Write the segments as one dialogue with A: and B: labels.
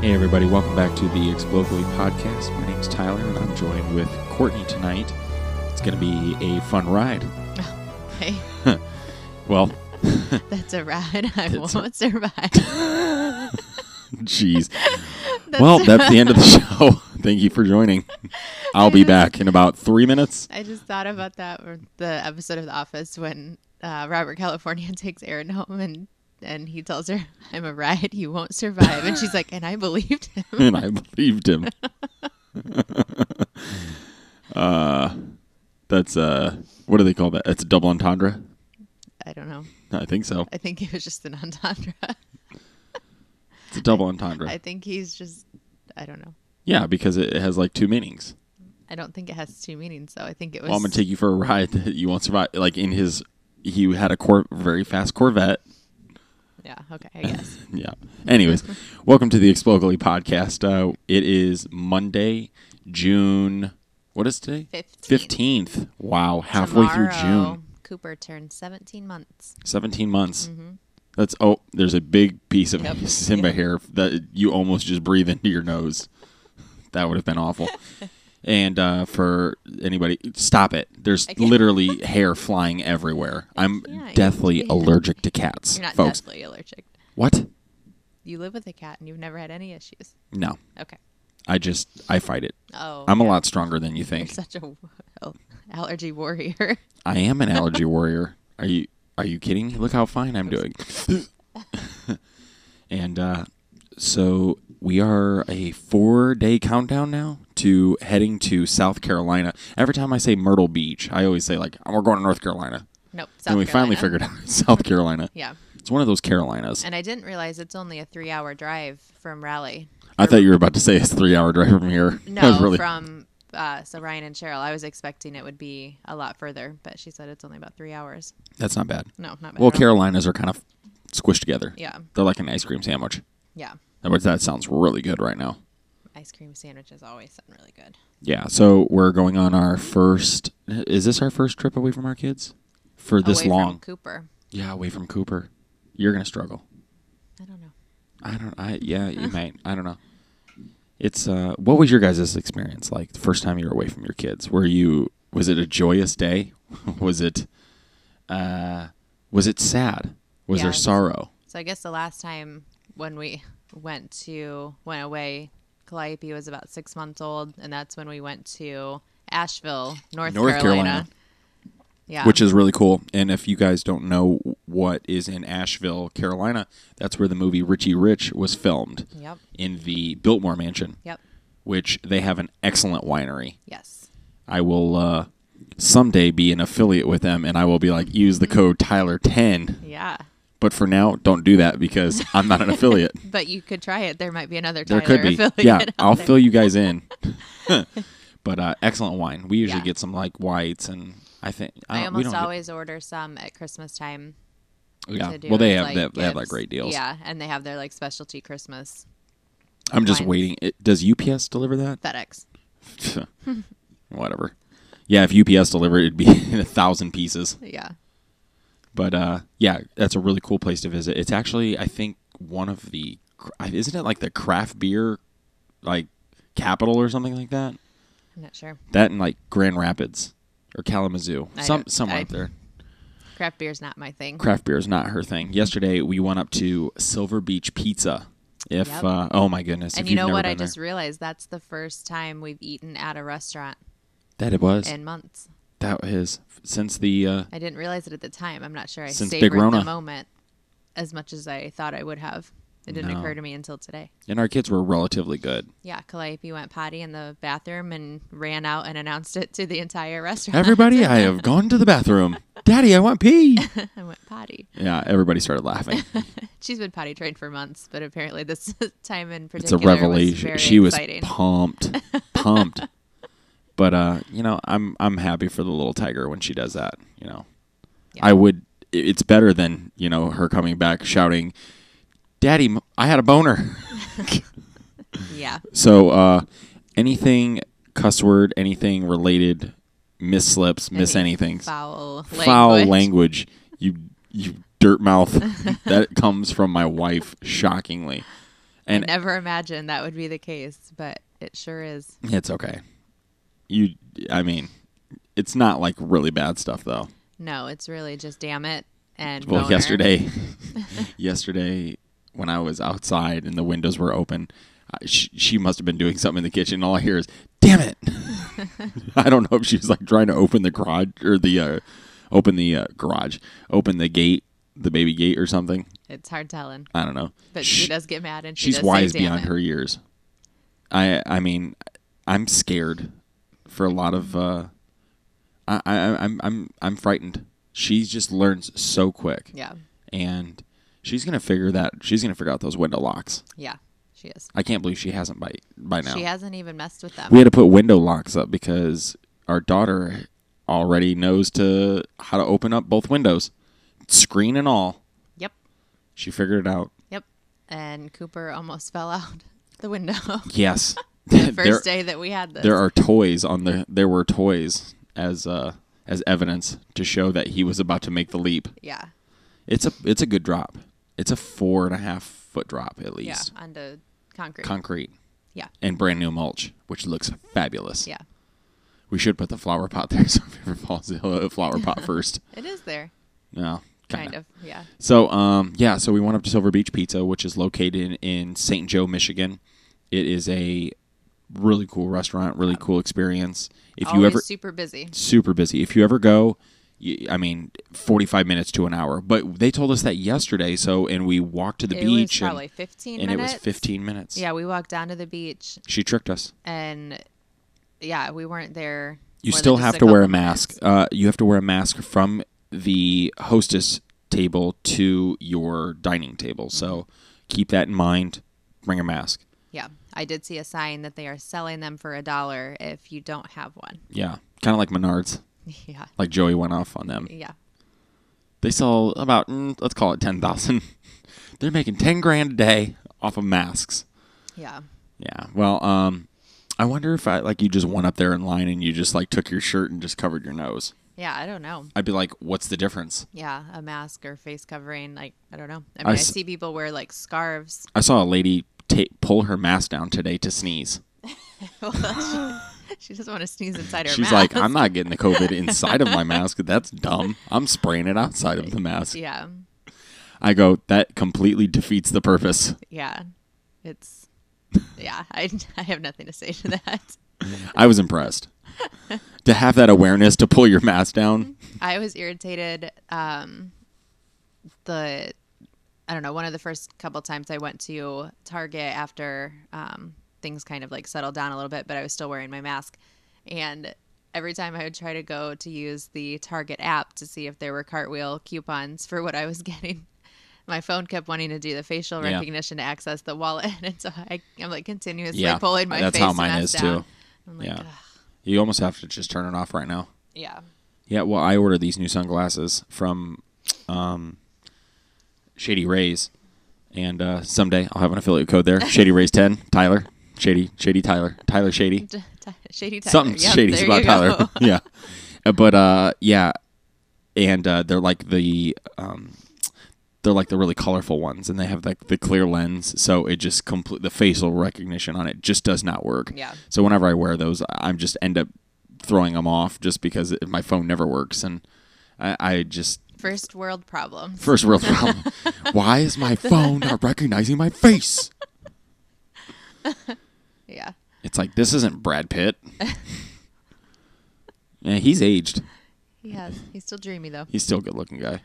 A: Hey, everybody, welcome back to the Explodely podcast. My name's Tyler, and I'm joined with Courtney tonight. It's going to be a fun ride.
B: Hey,
A: Well,
B: that's a ride. I
A: That's a-
B: won't survive.
A: jeez. well, that's the end of the show. Thank you for joining. I'll be back in about three minutes.
B: I just thought about that or the episode of The Office when uh, Robert California takes Erin home and and he tells her, "I'm a ride. You won't survive." And she's like, "And I believed him."
A: And I believed him. uh, Uh, that's, uh, what do they call that? That's a double entendre?
B: I don't know.
A: I think so.
B: I think it was just an entendre.
A: It's a double entendre.
B: I think he's just. I don't know.
A: yeah, because it it has like two meanings.
B: I don't think it has two meanings. So I think it was.
A: Well, I'm gonna take you for a ride that you won't survive. Like in his, he had a cor- very fast Corvette.
B: yeah. Okay. I guess.
A: Yeah. Anyways, welcome to the Explodely podcast. Uh, it is Monday, June. What is today?
B: 15th.
A: Fifteenth. Wow, halfway through June.
B: Tomorrow, Cooper turns 17 months.
A: Seventeen months. That's oh, there's a big piece of
B: Mm-hmm. Yep.
A: Simba hair that you almost just breathe into your nose. That would have been awful. and uh, for anybody, stop it. There's
B: can't.
A: literally hair flying everywhere. I'm
B: Yeah, you-
A: deathly
B: yeah.
A: allergic to cats,
B: You're not
A: folks.
B: deathly allergic.
A: What?
B: You live with a cat and you've never had any issues.
A: No,
B: Okay.
A: I just I fight it.
B: Oh,
A: I'm a
B: yeah.
A: lot stronger than you
B: You're
A: think.
B: such a w- allergy warrior.
A: I am an allergy warrior. Are you are you kidding me? Look how fine I'm doing. and uh, so we are a four day countdown now to heading to South Carolina. Every time I say Myrtle Beach, I always say like we're going to North Carolina.
B: Nope. South
A: and we finally
B: Carolina.
A: figured out it's South Carolina.
B: Yeah,
A: It's one of those Carolinas.
B: and I didn't realize it's only a three-hour drive from Raleigh.
A: I thought you were about to say it's three hour drive from here. I
B: No,
A: was really
B: from uh, so Ryan and Cheryl. I was expecting it would be a lot further, but she said it's only about three hours.
A: that's not bad.
B: No, not bad.
A: Well,
B: at all.
A: Carolinas are kind of squished together.
B: Yeah.
A: They're like an ice cream sandwich.
B: Yeah,
A: That that sounds really good right now.
B: ice cream sandwiches always sound really good.
A: Yeah, so we're going on our first. Is this our first trip away from our kids for this
B: Away from
A: long?
B: Cooper.
A: yeah, away from Cooper. You're gonna struggle.
B: I don't know.
A: I don't. I yeah, you might. I don't know. It's uh, what was your guys' experience like the first time you were away from your kids? Were you was it a joyous day? was it uh, was it sad? Was
B: Yeah,
A: there
B: it was-
A: sorrow?
B: So I guess the last time when we went to went away, Calliope was about six months old, and that's when we went to Asheville, North,
A: North
B: Carolina.
A: Carolina.
B: Yeah,
A: which is really cool. And if you guys don't know what is in Asheville, Carolina, that's where the movie Richie Rich was filmed.
B: Yep.
A: In the Biltmore Mansion.
B: yep,
A: Which they have an excellent winery.
B: yes,
A: I will uh, someday be an affiliate with them, and I will be like, use the code Tyler ten.
B: yeah.
A: But for now, don't do that because I'm not an affiliate.
B: But you could try it. There might be another.
A: there
B: Tyler
A: could be.
B: affiliate
A: Yeah, Oh,
B: out
A: I'll
B: there.
A: fill you guys in. but uh, excellent wine. We usually
B: Yeah.
A: get some like whites and. I think
B: I
A: don't- we
B: almost
A: don't get-
B: always order some at Christmas time.
A: Yeah.
B: to do
A: Well, they
B: as,
A: have
B: like,
A: they have, they have like
B: gifts.
A: great deals.
B: Yeah, and they have their like specialty Christmas
A: I'm just
B: Lines.
A: waiting. It, does UPS deliver that?
B: FedEx.
A: Whatever. Yeah, if UPS delivered, it'd be in a thousand pieces.
B: Yeah,
A: But uh, yeah, that's a really cool place to visit. It's actually, I think, one of the cr- isn't it like the craft beer, like capital or something like that.
B: I'm not sure.
A: That and like Grand Rapids or Kalamazoo,
B: I
A: some
B: don't-
A: somewhere
B: I-
A: up there.
B: Craft beer's not my thing.
A: Craft beer is not her thing. Yesterday we went up to Silver Beach Pizza. If
B: Yep.
A: uh, oh my goodness,
B: and
A: if
B: you
A: you've
B: know
A: never
B: what? I
A: been there-
B: just realized that's the first time we've eaten at a restaurant
A: that it was
B: in months.
A: that is since the uh,
B: I didn't realize it at the time. I'm not sure I
A: Since Big
B: savored
A: Rona.
B: the moment as much as I thought I would have. It didn't
A: No.
B: occur to me until today.
A: and our kids were relatively good.
B: Yeah, Calliope went potty in the bathroom and ran out and announced it to the entire restaurant.
A: Everybody, I have gone to the bathroom. Daddy, I want pee.
B: I went potty.
A: Yeah, everybody started laughing.
B: She's been potty trained for months, but apparently this time in
A: It's a
B: particular was
A: revelation.
B: very
A: she was
B: exciting.
A: pumped, pumped. But uh, you know, I'm I'm happy for the little tiger when she does that. You know,
B: Yeah.
A: I would. i- It's better than you know her coming back shouting, "Daddy, m- I had a boner."
B: yeah,
A: so uh, anything cuss word, anything related, miss slips, miss
B: Any
A: anything,
B: foul language.
A: foul language. You you dirt mouth. that comes from my wife, shockingly. And-
B: I never imagined that would be the case, but it sure is.
A: It's okay. You, I mean, it's not like really bad stuff though.
B: No, it's really just damn it and
A: Well,
B: boner.
A: yesterday, yesterday when I was outside and the windows were open, I, she, she must have been doing something in the kitchen. All I hear is, "Damn it!" I don't know if she was like trying to open the garage or the uh, open the uh, garage, open the gate, the baby gate or something.
B: It's hard telling,
A: I don't know.
B: but
A: Sh-
B: she does get mad and she
A: she's
B: does
A: wise
B: say, damn
A: beyond
B: it.
A: her years. I I mean, I'm scared for a lot of. Uh, I, I I'm I'm I'm frightened. She just learns so quick,
B: Yeah,
A: and she's gonna figure that she's gonna figure out those window locks.
B: yeah, she is.
A: I can't believe she hasn't by by now.
B: She hasn't even messed with them.
A: we had to put window locks up because our daughter already knows to how to open up both windows, screen and all.
B: yep,
A: She figured it out.
B: yep. And Cooper almost fell out the window
A: Yes.
B: the
A: There-
B: first day that we had this.
A: there are toys on the there were toys as uh as evidence to show that he was about to make the leap.
B: yeah,
A: It's a it's a good drop. It's a four and a half foot drop at
B: yeah,
A: least.
B: onto concrete.
A: Concrete
B: yeah,
A: and brand new mulch, which looks fabulous.
B: yeah.
A: We should put the flower pot there so if it ever falls he'll have a flower pot first.
B: It is there,
A: No.
B: kind
A: Kind of.
B: of. Yeah,
A: So um yeah, so we went up to Silver Beach Pizza, which is located in St. Joe, Michigan. It is a really cool restaurant, really cool experience. If
B: always
A: you ever
B: super busy.
A: super busy. If you ever go, you, I mean, 45 minutes to an hour. But they told us that yesterday, so and we walked to the
B: It was
A: beach
B: probably
A: and,
B: 15
A: and it
B: minutes.
A: was 15 minutes.
B: Yeah, we walked down to the beach
A: She tricked us.
B: and yeah, we weren't there.
A: You
B: more than
A: still
B: just
A: have to wear a
B: couple
A: mask.
B: minutes.
A: Uh, you have to wear a mask from the hostess table to your dining table. So
B: Mm-hmm.
A: keep that in mind. Bring a mask.
B: Yeah, I did see a sign that they are selling them for a dollar if you don't have one.
A: Yeah. Kind of like Menards,
B: Yeah,
A: like Joey went off on them.
B: yeah,
A: They sell about, mm, let's call it 10,000. They're making 10 grand a day off of masks.
B: yeah.
A: Yeah. Well, um, I wonder if I like you just went up there in line and you just like took your shirt and just covered your nose.
B: Yeah, I don't know.
A: I'd be like, what's the difference?
B: Yeah, a mask or face covering, like I don't know. I mean,
A: I
B: I
A: s-
B: see people wear like scarves.
A: I saw a lady ta pull her mask down today to sneeze.
B: Well, she, she doesn't want to sneeze inside her
A: She's
B: mask.
A: like, "Uh." I'm not getting the COVID inside of my mask. That's dumb. I'm spraying it outside of the mask.
B: yeah,
A: I go, that completely defeats the purpose.
B: yeah. It's yeah. I I have nothing to say to that.
A: I was impressed. to have that awareness to pull your mask down.
B: I was irritated. Um, the I don't know. One of the first couple times I went to Target after um, things kind of like settled down a little bit, but I was still wearing my mask. And every time I would try to go to use the Target app to see if there were cartwheel coupons for what I was getting. My phone kept wanting to do the facial
A: Yeah.
B: recognition to access the wallet, and so I, I'm like continuously
A: Yeah,
B: pulling my
A: that's
B: face
A: how mine
B: mask
A: is,
B: down.
A: too.
B: I'm like,
A: Yeah.
B: "Ugh,
A: You almost have to just turn it off right now.
B: yeah,
A: Yeah, well, I ordered these new sunglasses from um, Shady Rays, and uh, someday I'll have an affiliate code there. Shady Rays ten, Tyler, Shady, Shady Tyler, Tyler Shady,
B: T- t- shady Tyler.
A: something
B: Yep,
A: shady's
B: there
A: about
B: you go.
A: Tyler. yeah, Uh, but uh, yeah, and uh, they're like the um, they're like the really colorful ones, and they have like the clear lens, so it just complete the facial recognition on it just does not work.
B: Yeah.
A: So whenever I wear those, I- I'm just end up throwing them off just because it, my phone never works, and I, I just
B: First world problems.
A: first world problem. Why is my phone not recognizing my face?
B: Yeah.
A: It's like this isn't Brad Pitt. yeah, he's aged.
B: He has. He's still dreamy though.
A: He's still a good looking guy.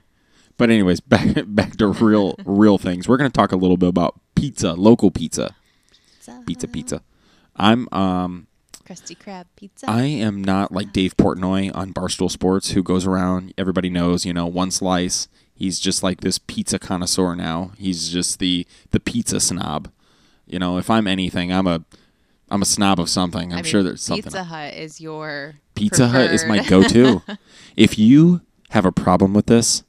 A: But anyways, back back to real real things. We're gonna talk a little bit about pizza, local pizza, pizza, pizza. I'm um
B: Krusty Krab pizza.
A: I am not like Dave Portnoy on Barstool Sports, who goes around. Everybody knows, you know, one slice. He's just like this pizza connoisseur now. He's just the the pizza snob. You know, if I'm anything, I'm a I'm a snob of something. I'm
B: I mean,
A: sure there's something.
B: Pizza Hut is your
A: Pizza Hut is my
B: preferred-
A: go-to. if you have a problem with this,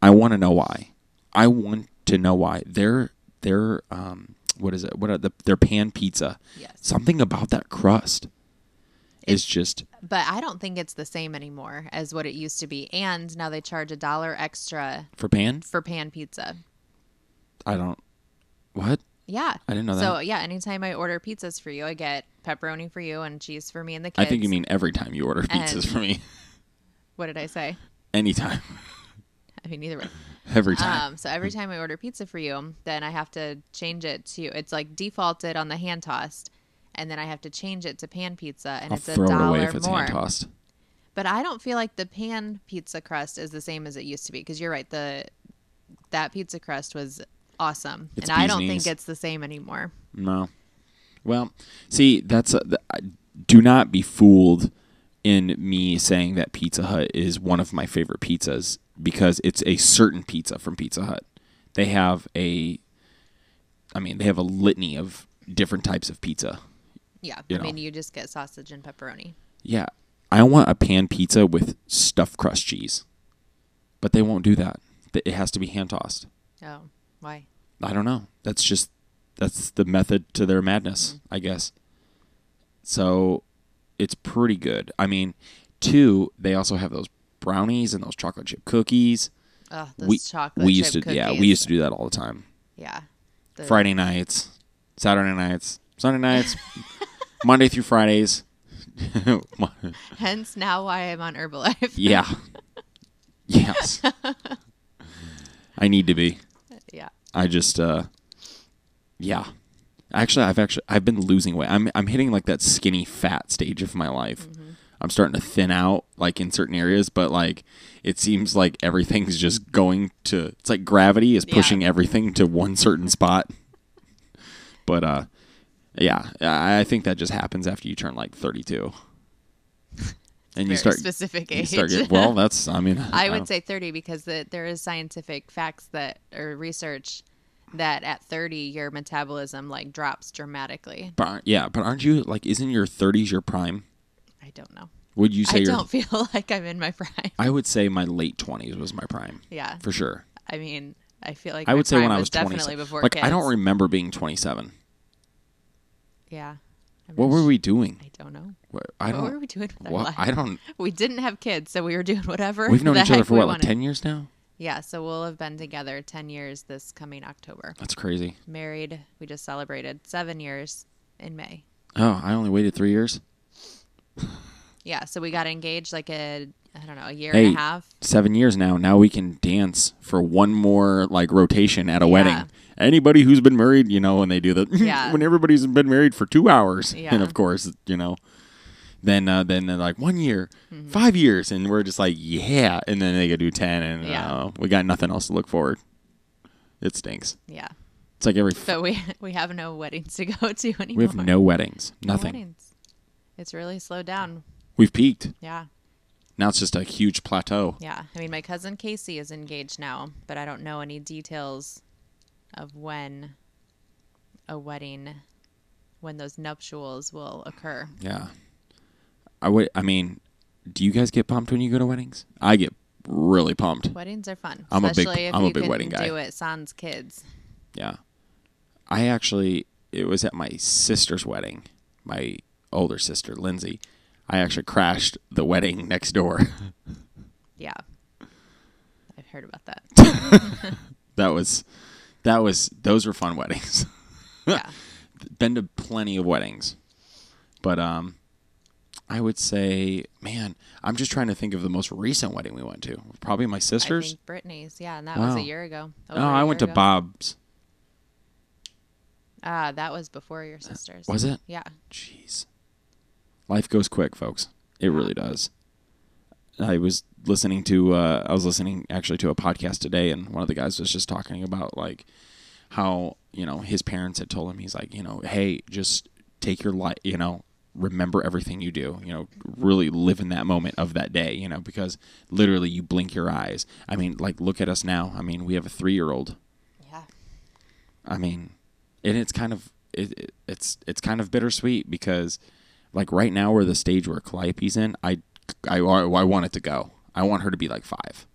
A: I want to know why. I want to know why. Their their um what is it? What are the their pan pizza?
B: Yes.
A: Something about that crust is just
B: but I don't think it's the same anymore as what it used to be. And now they charge a dollar extra
A: for pan.
B: for pan pizza.
A: I don't. What?
B: Yeah.
A: I didn't know
B: So
A: that.
B: yeah, anytime I order pizzas for you, I get pepperoni for you and cheese for me and the
A: I
B: kids.
A: think you mean every time you order pizzas
B: And-
A: from me.
B: what did I say?
A: Anytime.
B: I mean either way.
A: Every time.
B: Um, so every time I order pizza for you, then I have to change it to it's like defaulted on the hand tossed, and then I have to change it to pan pizza, and
A: I'll
B: it's a
A: throw it
B: dollar
A: away if it's hand
B: more.
A: tossed.
B: But I don't feel like the pan pizza crust is the same as it used to be because you're right the that pizza crust was awesome,
A: It's
B: and I
A: bee's
B: don't
A: knees.
B: think it's the same anymore.
A: No. Well, see, that's a, th- I- do not be fooled in me saying that Pizza Hut is one of my favorite pizzas because it's a certain pizza from Pizza Hut. They have a I mean, they have a litany of different types of pizza.
B: Yeah,
A: You
B: I mean
A: know.
B: you just get sausage and pepperoni.
A: Yeah. I want a pan pizza with stuffed crust cheese. But they won't do that. Th- It has to be hand tossed.
B: Oh, why?
A: I don't know. That's just that's the method to their madness,
B: Mm-hmm.
A: I guess. So it's pretty good. I mean, two, they also have those brownies and those chocolate chip cookies.
B: Oh, those
A: we
B: chocolate
A: we used
B: chip
A: to yeah, we
B: cookies.
A: used to do that all the time.
B: yeah. The-
A: Friday nights, Saturday nights, Sunday nights, Monday through Fridays.
B: Hence now why I'm on Herbalife.
A: yeah. Yes. I need to be.
B: yeah.
A: I just uh yeah. Actually, I've actually I've been losing weight. I'm I'm hitting like that skinny fat stage of my life.
B: Mm-hmm.
A: I'm starting to thin out like in certain areas, but like it seems like everything's just going to it's like gravity is
B: Yeah.
A: pushing everything to one certain spot. but uh yeah, I I think that just happens after you turn like 32. And
B: Very
A: you start
B: specific
A: you
B: age.
A: start get- well, that's I mean
B: I would
A: don't-
B: say 30 because the, there is scientific facts that or research that at 30 your metabolism like drops dramatically.
A: but, aren't- yeah, but aren't you like isn't your 30s your prime?
B: I don't know.
A: Would you say
B: I
A: you're
B: don't feel like I'm in my prime.
A: I would say my late twenties was my prime
B: Yeah.
A: for sure.
B: I mean, I feel like
A: I
B: my
A: would say when
B: prime
A: I was
B: definitely
A: 27.
B: before
A: like
B: kids.
A: I don't remember being twenty-seven.
B: Yeah. I'm
A: What
B: not
A: were
B: su-
A: we doing?
B: I don't know.
A: What- I
B: What were
A: don't.
B: we doing with our
A: What,
B: life?
A: I don't.
B: We didn't have kids, so we were doing whatever.
A: We've known
B: the
A: each other
B: heck
A: for
B: we
A: what, like
B: wanted.
A: ten years now?
B: Yeah, so we'll have been together 10 years this coming October.
A: That's crazy.
B: Married, we just celebrated 7 years in May.
A: Oh, I only waited three years.
B: Yeah, so we got engaged like a I don't know, a year
A: Hey,
B: and a half.
A: Seven years now. Now we can dance for one more like rotation at a
B: Yeah.
A: wedding. Anybody who's been married, you know, when they do the
B: Yeah.
A: when everybody's been married for two hours,
B: Yeah.
A: and of course, you know, then uh, then they're like one year,
B: Mm-hmm.
A: five years, and we're just like yeah, and then they go do ten, and
B: Yeah.
A: uh, we got nothing else to look forward. It stinks.
B: Yeah.
A: It's like every
B: So we we have no weddings to go to anymore.
A: we have no weddings,
B: No
A: nothing.
B: weddings. It's really slowed down.
A: We've peaked.
B: Yeah.
A: Now it's just a huge plateau.
B: Yeah. I mean, my cousin Casey is engaged now, but I don't know any details of when a wedding when those nuptials will occur.
A: Yeah. I would. I mean, do you guys get pumped when you go to weddings? I get really pumped.
B: Weddings are fun,
A: I'm a big-
B: especially if
A: I'm a
B: you
A: big
B: can
A: wedding guy.
B: do it sans kids.
A: Yeah. I actually, it was at my sister's wedding, my older sister, Lindsay. I actually crashed the wedding next door.
B: Yeah. I've heard about that.
A: that was, that was, those were fun weddings.
B: Yeah.
A: Been to plenty of weddings. But, um, I would say, man, I'm just trying to think of the most recent wedding we went to. Probably my
B: I
A: sister's.
B: think Brittany's. Yeah, and that was
A: Wow.
B: a year ago.
A: Oh,
B: over a
A: I
B: year
A: went to
B: ago.
A: Bob's.
B: Ah, that was before your sister's.
A: Uh, Was it?
B: Yeah.
A: Jeez. Life goes quick, folks. It really does. I was listening to uh, I was listening actually to a podcast today and one of the guys was just talking about like how, you know, his parents had told him he's like, you know, hey, just take your life, you know, remember everything you do, you know, really live in that moment of that day, you know, because literally you blink your eyes. I mean, like look at us now. I mean, we have a 3-year-old
B: Yeah.
A: I mean, and it's kind of it, it, it's it's kind of bittersweet because like right now we're the stage where Calliope's in. I I I want it to go. I want her to be like five.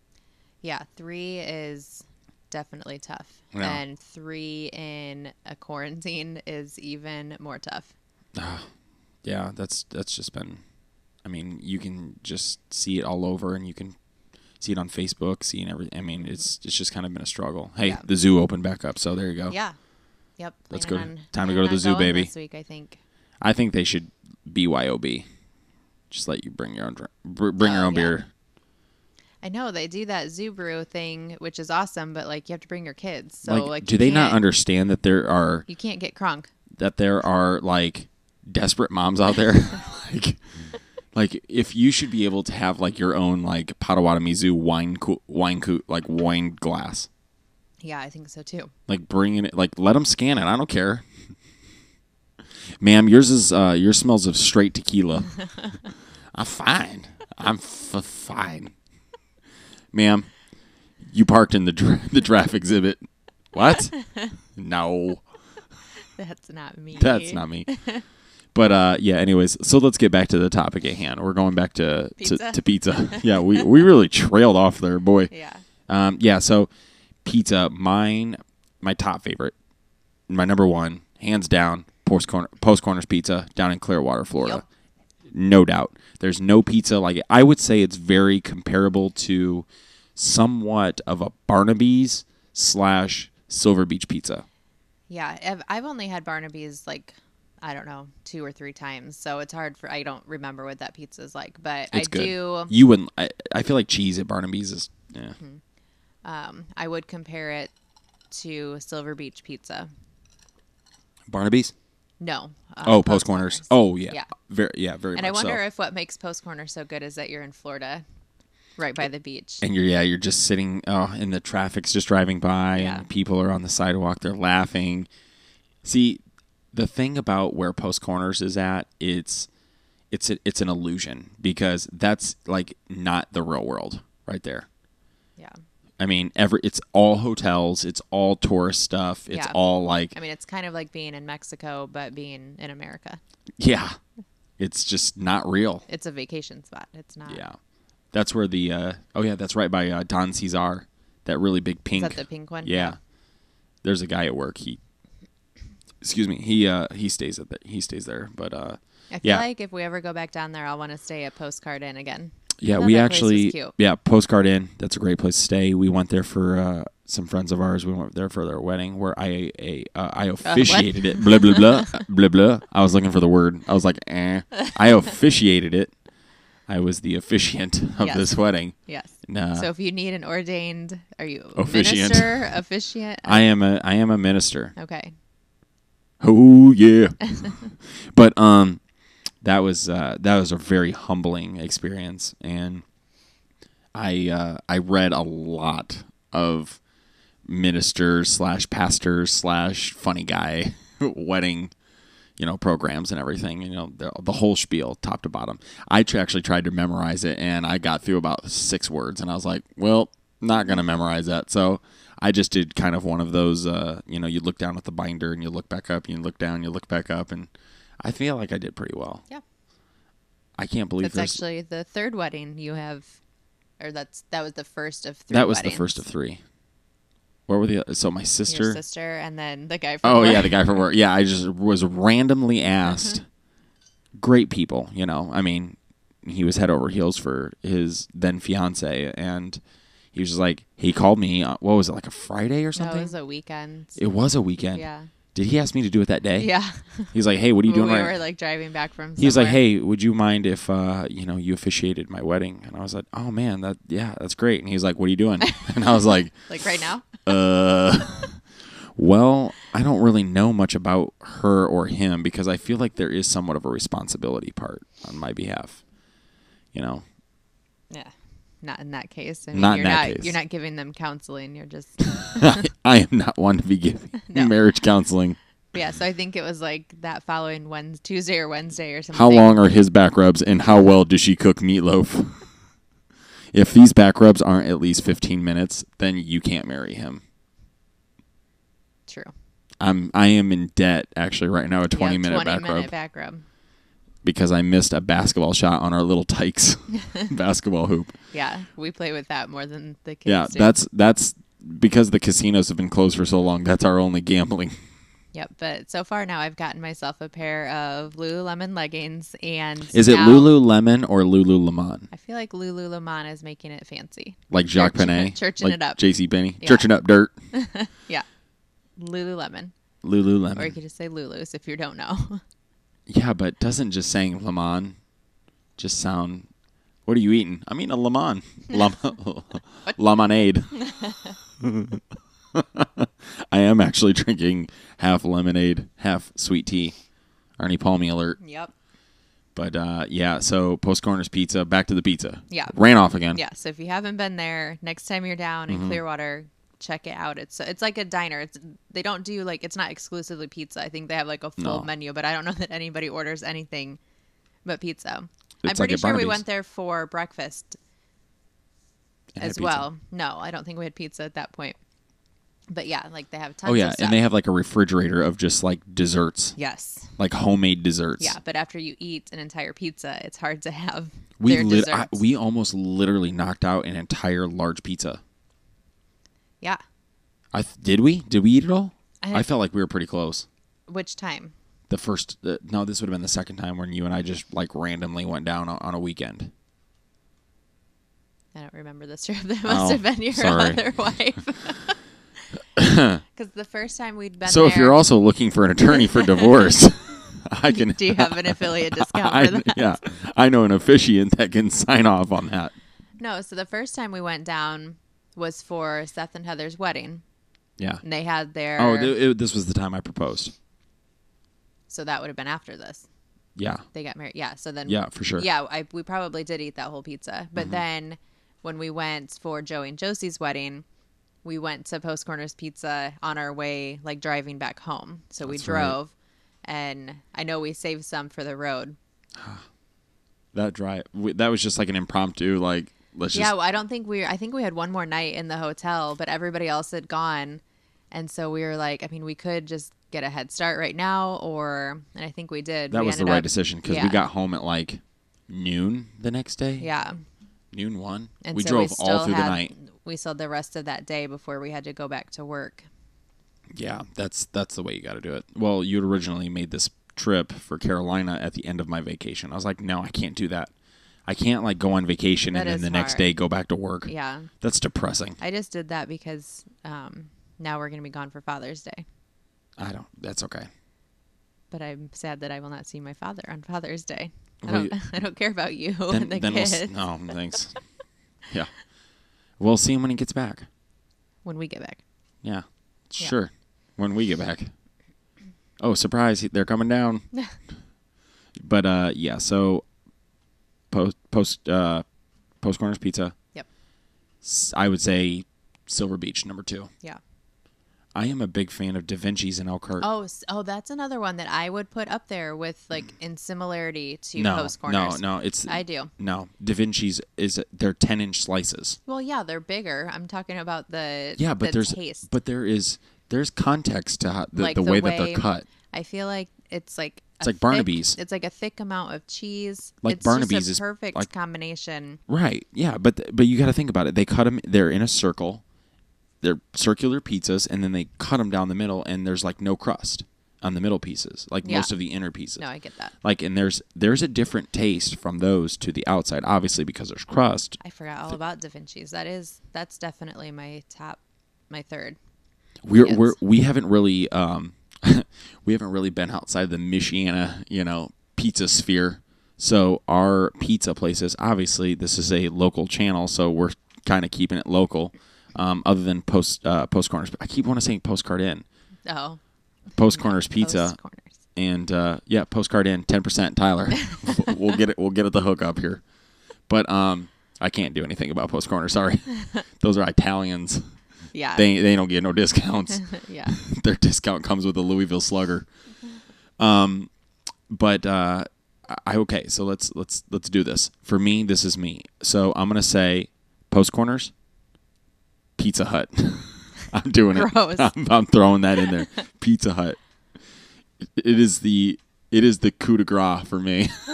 B: Yeah. Three is definitely tough.
A: Yeah.
B: And three in a quarantine is even more tough.
A: Yeah, that's that's just been. I mean, you can just see it all over, and you can see it on Facebook, seeing every. I mean, it's it's just kind of been a struggle. Hey,
B: Yeah.
A: the zoo opened back up, so there you go.
B: Yeah. Yep.
A: Oh. Let's
B: planning
A: go-
B: on-
A: time to
B: planning
A: go to the
B: on
A: zoo,
B: going
A: baby.
B: This week, I think.
A: I think they should BYOB. Just let you bring your own dr- br- bring your
B: Oh,
A: own
B: yeah.
A: beer.
B: I know they do that zoo brew thing, which is awesome, but like you have to bring your kids. So
A: like,
B: like,
A: do
B: you
A: they not
B: can't-
A: understand that there are
B: You can't get crunk.
A: that there are like desperate moms out there like like if you should be able to have like your own like Potawatomi Zoo wine coo- wine coo- like wine glass
B: Yeah, I think so too.
A: like bringing it like let them scan it I don't care ma'am yours is uh yours smells of straight tequila I'm fine I'm f- fine ma'am you parked in the dra- the draft exhibit what no
B: That's not me.
A: That's not me. But uh, yeah, anyways, so let's get back to the topic at hand. We're going back to to,
B: Pizza.
A: to pizza. yeah, we, we really trailed off there, boy.
B: Yeah.
A: Um, yeah, so pizza, mine, my top favorite, my number one, hands down, Post, Corner, Post Corners Pizza down in Clearwater, Florida. No doubt. There's no pizza like it. I would say it's very comparable to somewhat of a Barnaby's slash Silver Beach pizza.
B: Yeah, I've, I've only had Barnaby's like I don't know two or three times, so it's hard for I don't remember what that pizza is like, but I
A: It's good.
B: do. Mm-hmm.
A: You wouldn't. I, I feel like cheese at Barnaby's is. Yeah.
B: Um, I would compare it to Silver Beach Pizza.
A: Barnaby's.
B: No. uh,
A: oh, post corners. Oh yeah.
B: Yeah.
A: Very yeah. Very.
B: and
A: much
B: I wonder
A: Oh, so.
B: if what makes Post Corner so good is that you're in Florida, right by the beach.
A: And you're yeah you're just sitting uh, and the traffic's just driving by
B: Yeah.
A: and people are on the sidewalk they're laughing. See, the thing about where post corners is at it's it's a, it's an illusion because that's like not the real world right there.
B: Yeah.
A: I mean, every it's all hotels, it's all tourist stuff, it's
B: Yeah.
A: all like
B: I mean, it's kind of like being in Mexico, but being in America.
A: yeah, it's just not real.
B: It's a vacation spot. It's not.
A: Yeah, that's where the uh, oh yeah, that's right by uh, Don Cesar, that really big
B: Is
A: pink.
B: that the pink one?
A: Yeah, there's a guy at work. He, excuse me, he uh he stays at the, he stays there, but uh
B: I feel
A: yeah
B: like if we ever go back down there, I'll want to stay at Postcard Inn again.
A: yeah
B: No,
A: we
B: that place was
A: actually
B: cute.
A: yeah postcard inn. That's a great place to stay. We went there for uh some friends of ours. We went there for their wedding where I a uh, I officiated it. Blah blah blah blah blah. I was looking for the word. I was like eh. I officiated it. I was the officiant of
B: Yes.
A: this wedding.
B: Yes.
A: Nah.
B: So if you need an ordained, are you
A: Uh-huh. Officiant.
B: minister, officiant?
A: I am a I am a minister.
B: Okay.
A: Oh yeah. but um that was uh that was a very humbling experience and I uh I read a lot of ministers slash pastors slash funny guy wedding you know programs and everything you know the, the whole spiel top to bottom i tr- actually tried to memorize it and i got through about six words and i was like well not gonna memorize that so i just did kind of one of those uh, you know you look down at the binder and you look back up you look down you look back up and i feel like i did pretty well
B: Yeah.
A: i can't believe
B: That's
A: there's
B: actually the third wedding you have, or that's that was the first of three.
A: that was the
B: weddings.
A: first of three where were the so my
B: Your sister, and then the guy. From
A: Oh yeah,
B: work.
A: the guy from work. Yeah, I just was randomly
B: Uh-huh.
A: asked. Great people, you know. I mean, he was head over heels for his then fiance, and he was just like he called me. uh, What was it like a Friday or
B: That
A: something?
B: was a weekend.
A: it was a weekend.
B: Yeah.
A: Did he ask me to do it that day?
B: Yeah.
A: He was like, "Hey, what are you
B: we
A: doing right?"
B: were like driving back from.
A: he was like,
B: somewhere.
A: "Hey, would you mind if uh, you know you officiated my wedding?" And I was like, "Oh man, that yeah, that's great." And he was like, "What are you doing?" and I was like.
B: like right now."
A: Uh, well, I don't really know much about her or him because I feel like there is somewhat of a responsibility part on my behalf. You know,
B: Yeah. Not in that case. I mean,
A: Not in
B: you're
A: that
B: not
A: case.
B: you're not giving them counseling. You're just
A: I, I am not one to be giving
B: No.
A: marriage counseling.
B: yeah. So I think it was like that following Wednesday, Tuesday or Wednesday or something.
A: How long are his back rubs and how well does she cook meatloaf? if these back rubs aren't at least 15 minutes, then you can't marry him.
B: True.
A: I'm I am in debt actually right now a 20
B: yeah,
A: minute
B: twenty
A: back
B: minute
A: rub.
B: back rub.
A: because I missed a basketball shot on our little Tykes basketball hoop.
B: Yeah, we play with that more than the kids.
A: Yeah,
B: do.
A: that's that's because the casinos have been closed for so long. That's our only gambling.
B: Yep, but so far now I've gotten myself a pair of Lululemon leggings, and
A: Is it
B: now
A: Lululemon or Lululemon?
B: I feel like Lululemon is making it fancy.
A: Like Jacques
B: Church-
A: Penet,
B: churching
A: like
B: it up.
A: J.C. Penney,
B: Yeah.
A: churching up dirt.
B: Yeah, Lululemon.
A: Lululemon.
B: Or
A: Mm.
B: you could just say Lulu's if you don't know.
A: yeah, but doesn't just saying Lemon just sound? What are you eating? I'm eating a Lemon. Lem- lemonade. I am actually drinking half lemonade, half sweet tea. Arnie Palmy alert.
B: yep.
A: But uh, yeah, so Post Corners Pizza, back to the pizza.
B: Yeah.
A: Ran off again.
B: Yeah. So if you haven't been there, next time you're down
A: Mm-hmm.
B: in Clearwater, check it out. It's it's like a diner. It's they don't do like it's not exclusively pizza. I think they have like a full
A: No.
B: menu, but I don't know that anybody orders anything but pizza. I'm
A: It's like
B: pretty
A: at
B: sure we
A: Barnaby's.
B: went there for breakfast
A: It had
B: as
A: pizza.
B: well. No, I don't think we had pizza at that point. But yeah, like they have tons
A: Oh yeah,
B: of stuff.
A: and they have like a refrigerator of just like desserts,
B: yes.
A: like homemade desserts.
B: Yeah, but after you eat an entire pizza, it's hard to have
A: we
B: their
A: lit- I,
B: desserts.
A: we almost literally knocked out an entire large pizza.
B: yeah.
A: I th- did we? Did we eat it all?
B: I-
A: I, felt like we were pretty close.
B: Which time?
A: The first, uh, no, this would have been the second time when you and I just like randomly went down on, on a weekend.
B: I don't remember this trip. That must
A: Oh,
B: have been your
A: sorry.
B: other wife. Because the first time we'd been
A: so
B: there,
A: if you're also looking for an attorney for divorce, I can.
B: do you have an affiliate discount
A: I,
B: for that?
A: yeah, I know an officiant that can sign off on that.
B: No. So the first time we went down was for Seth and Heather's wedding,
A: Yeah.
B: and they had their.
A: Oh, th- it, this was the time I proposed.
B: so that would have been after this.
A: Yeah.
B: They got married. Yeah. So then.
A: Yeah, for sure. Mm-hmm.
B: Yeah, I, we probably did eat that whole pizza. But then when we went for Joey and Josie's wedding, we went to Post Corners Pizza on our way, like driving back home. So we
A: right.
B: drove, and I know we saved some for the road.
A: That drive. w- That was just like an impromptu. Like let's just.
B: yeah, well, I don't think we. I think we had one more night in the hotel, but everybody else had gone, and so we were like, I mean, we could just get a head start right now, or and I think we did.
A: that
B: We
A: was the
B: ended
A: right
B: up-
A: decision because
B: yeah.
A: we got home at like noon the next day.
B: Yeah,
A: Noon one.
B: and
A: we
B: so
A: drove
B: still
A: all through
B: had-
A: the night.
B: We still had the rest of that day before we had to go back to work.
A: Yeah, that's that's the way you got to do it. Well, you had originally made this trip for Carolina at the end of my vacation. I was like, no, I can't do that. I can't like go on vacation
B: That
A: and then
B: is
A: the next
B: hard.
A: day go back to work.
B: Yeah.
A: That's depressing.
B: I just did that because um, now we're going to be gone for Father's Day.
A: I don't. That's okay.
B: But I'm sad that I will not see my father on Father's Day. I
A: Well,
B: don't, I don't care about you
A: Then
B: and the
A: then we'll.
B: kids
A: s- No, thanks. yeah, we'll see him when he gets back.
B: when we get back.
A: Yeah, sure. When we get back. Oh, surprise! They're coming down. but uh, yeah. So post post uh, post corners pizza.
B: Yep.
A: S- I would say Silver Beach number two.
B: Yeah.
A: I am a big fan of Da Vinci's and Elkhart.
B: Oh, s- oh, that's another one that I would put up there with like in similarity to
A: Mm. no,
B: post
A: no,
B: corners.
A: no! It's
B: I do.
A: no Da Vinci's is they're ten inch slices.
B: Well, yeah, they're bigger. I'm talking about the
A: Yeah, but
B: the
A: there's
B: taste.
A: but there is there's context to how, the,
B: Like
A: the,
B: the
A: way, that
B: way-
A: they're cut.
B: I feel like it's like a
A: It's like
B: thick-
A: Barnaby's.
B: It's like a thick amount of cheese.
A: Like
B: it's just a
A: Barnaby's is,
B: perfect
A: like-
B: combination.
A: Right. Yeah, but th- but you got to think about it. They cut them. They're in a circle. They're circular pizzas, and then they cut them down the middle, and there's like no crust on the middle pieces, like
B: Yeah.
A: most of the inner pieces.
B: No, I get that.
A: Like, and there's there's a different taste from those to the outside, obviously because there's crust.
B: I forgot all about Da Vinci's. That is that's definitely my top, my third.
A: We're
B: Yes.
A: we're we haven't really um we haven't really been outside the Michiana, you know, pizza sphere. So our pizza places, obviously, this is a local channel, so we're kind of keeping it local. Um, other than post uh, post corners, I keep want to say postcard in
B: Oh,
A: post corners pizza
B: Post corners.
A: and uh, yeah, postcard in ten percent Tyler. we'll get it. We'll get it the hook up here, but um, I can't do anything about post corner. Sorry, those are Italians.
B: Yeah,
A: They they don't get no discounts.
B: yeah.
A: their discount comes with a Louisville Slugger. Um, but uh, I okay. So let's let's let's do this. For me, this is me. So I'm gonna say post corners, Pizza Hut. I'm doing
B: Gross.
A: it. I'm, I'm throwing that in there. Pizza Hut. It is the it is the coup de grace for me.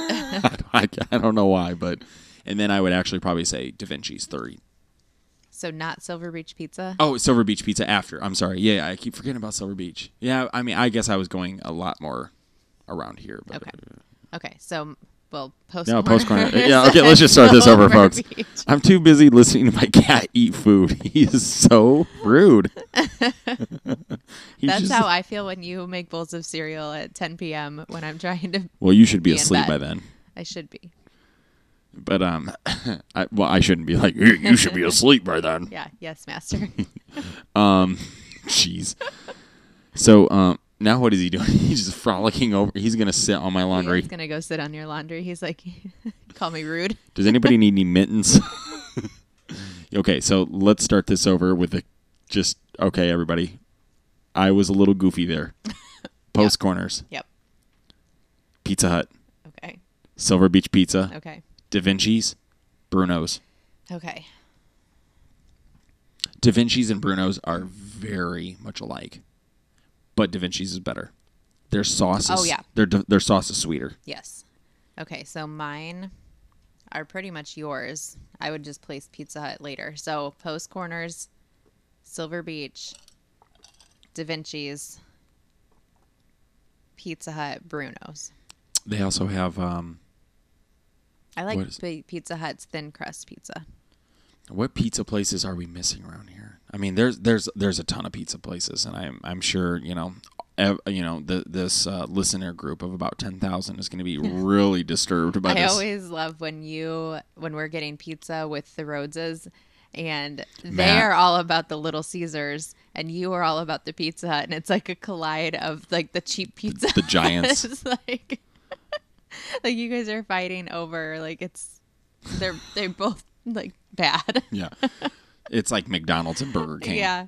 A: I, I don't know why, but and then I would actually probably say Da Vinci's thirty.
B: So not Silver Beach Pizza.
A: Oh, Silver Beach Pizza after. I'm sorry. Yeah, yeah, I keep forgetting about Silver Beach. Yeah, I mean, I guess I was going a lot more around here. But
B: Okay. Okay, so well, post
A: No, post corner. Yeah, okay, let's just start this over, folks. I'm too busy listening to my cat eat food. He is so rude. He's
B: That's
A: just-
B: how I feel when you make bowls of cereal at 10 p.m. when I'm trying to.
A: Well, you should be
B: be in bed.
A: asleep by then.
B: I should be.
A: But um, I, well, I shouldn't be like you you should be asleep by then.
B: Yeah. Yes, master.
A: Um, jeez. so um, now what is he doing? He's just frolicking over. He's gonna sit on my laundry.
B: He's gonna go sit on your laundry. He's like, call me rude.
A: Does anybody need any mittens? okay, so let's start this over with a just okay, everybody. I was a little goofy there. Post corners,
B: Yep.
A: Pizza Hut,
B: Okay.
A: Silver Beach Pizza,
B: Okay.
A: Da Vinci's, Bruno's.
B: Okay.
A: Da Vinci's and Bruno's are very much alike, but Da Vinci's is better. Their sauce is
B: Oh, yeah.
A: their their sauce is sweeter.
B: Yes. Okay. So mine are pretty much yours. I would just place Pizza Hut later. So Post Corners, Silver Beach, Da Vinci's, Pizza Hut, Bruno's.
A: They also have um,
B: I
A: What
B: like
A: is-
B: P- Pizza Hut's thin crust pizza.
A: what pizza places are we missing around here? I mean, there's there's there's a ton of pizza places, and I'm I'm sure you know. Ev, you know the, this uh, listener group of about ten thousand is going to be really disturbed by
B: I
A: this.
B: always love when you when we're getting pizza with the Rhodeses and they
A: Matt.
B: are all about the little Caesars and you are all about the pizza Hut, and it's like a collide of like the cheap pizza.
A: the giants.
B: It's like like you guys are fighting over like it's they're they're both like bad.
A: yeah, it's like McDonald's and Burger King.
B: yeah.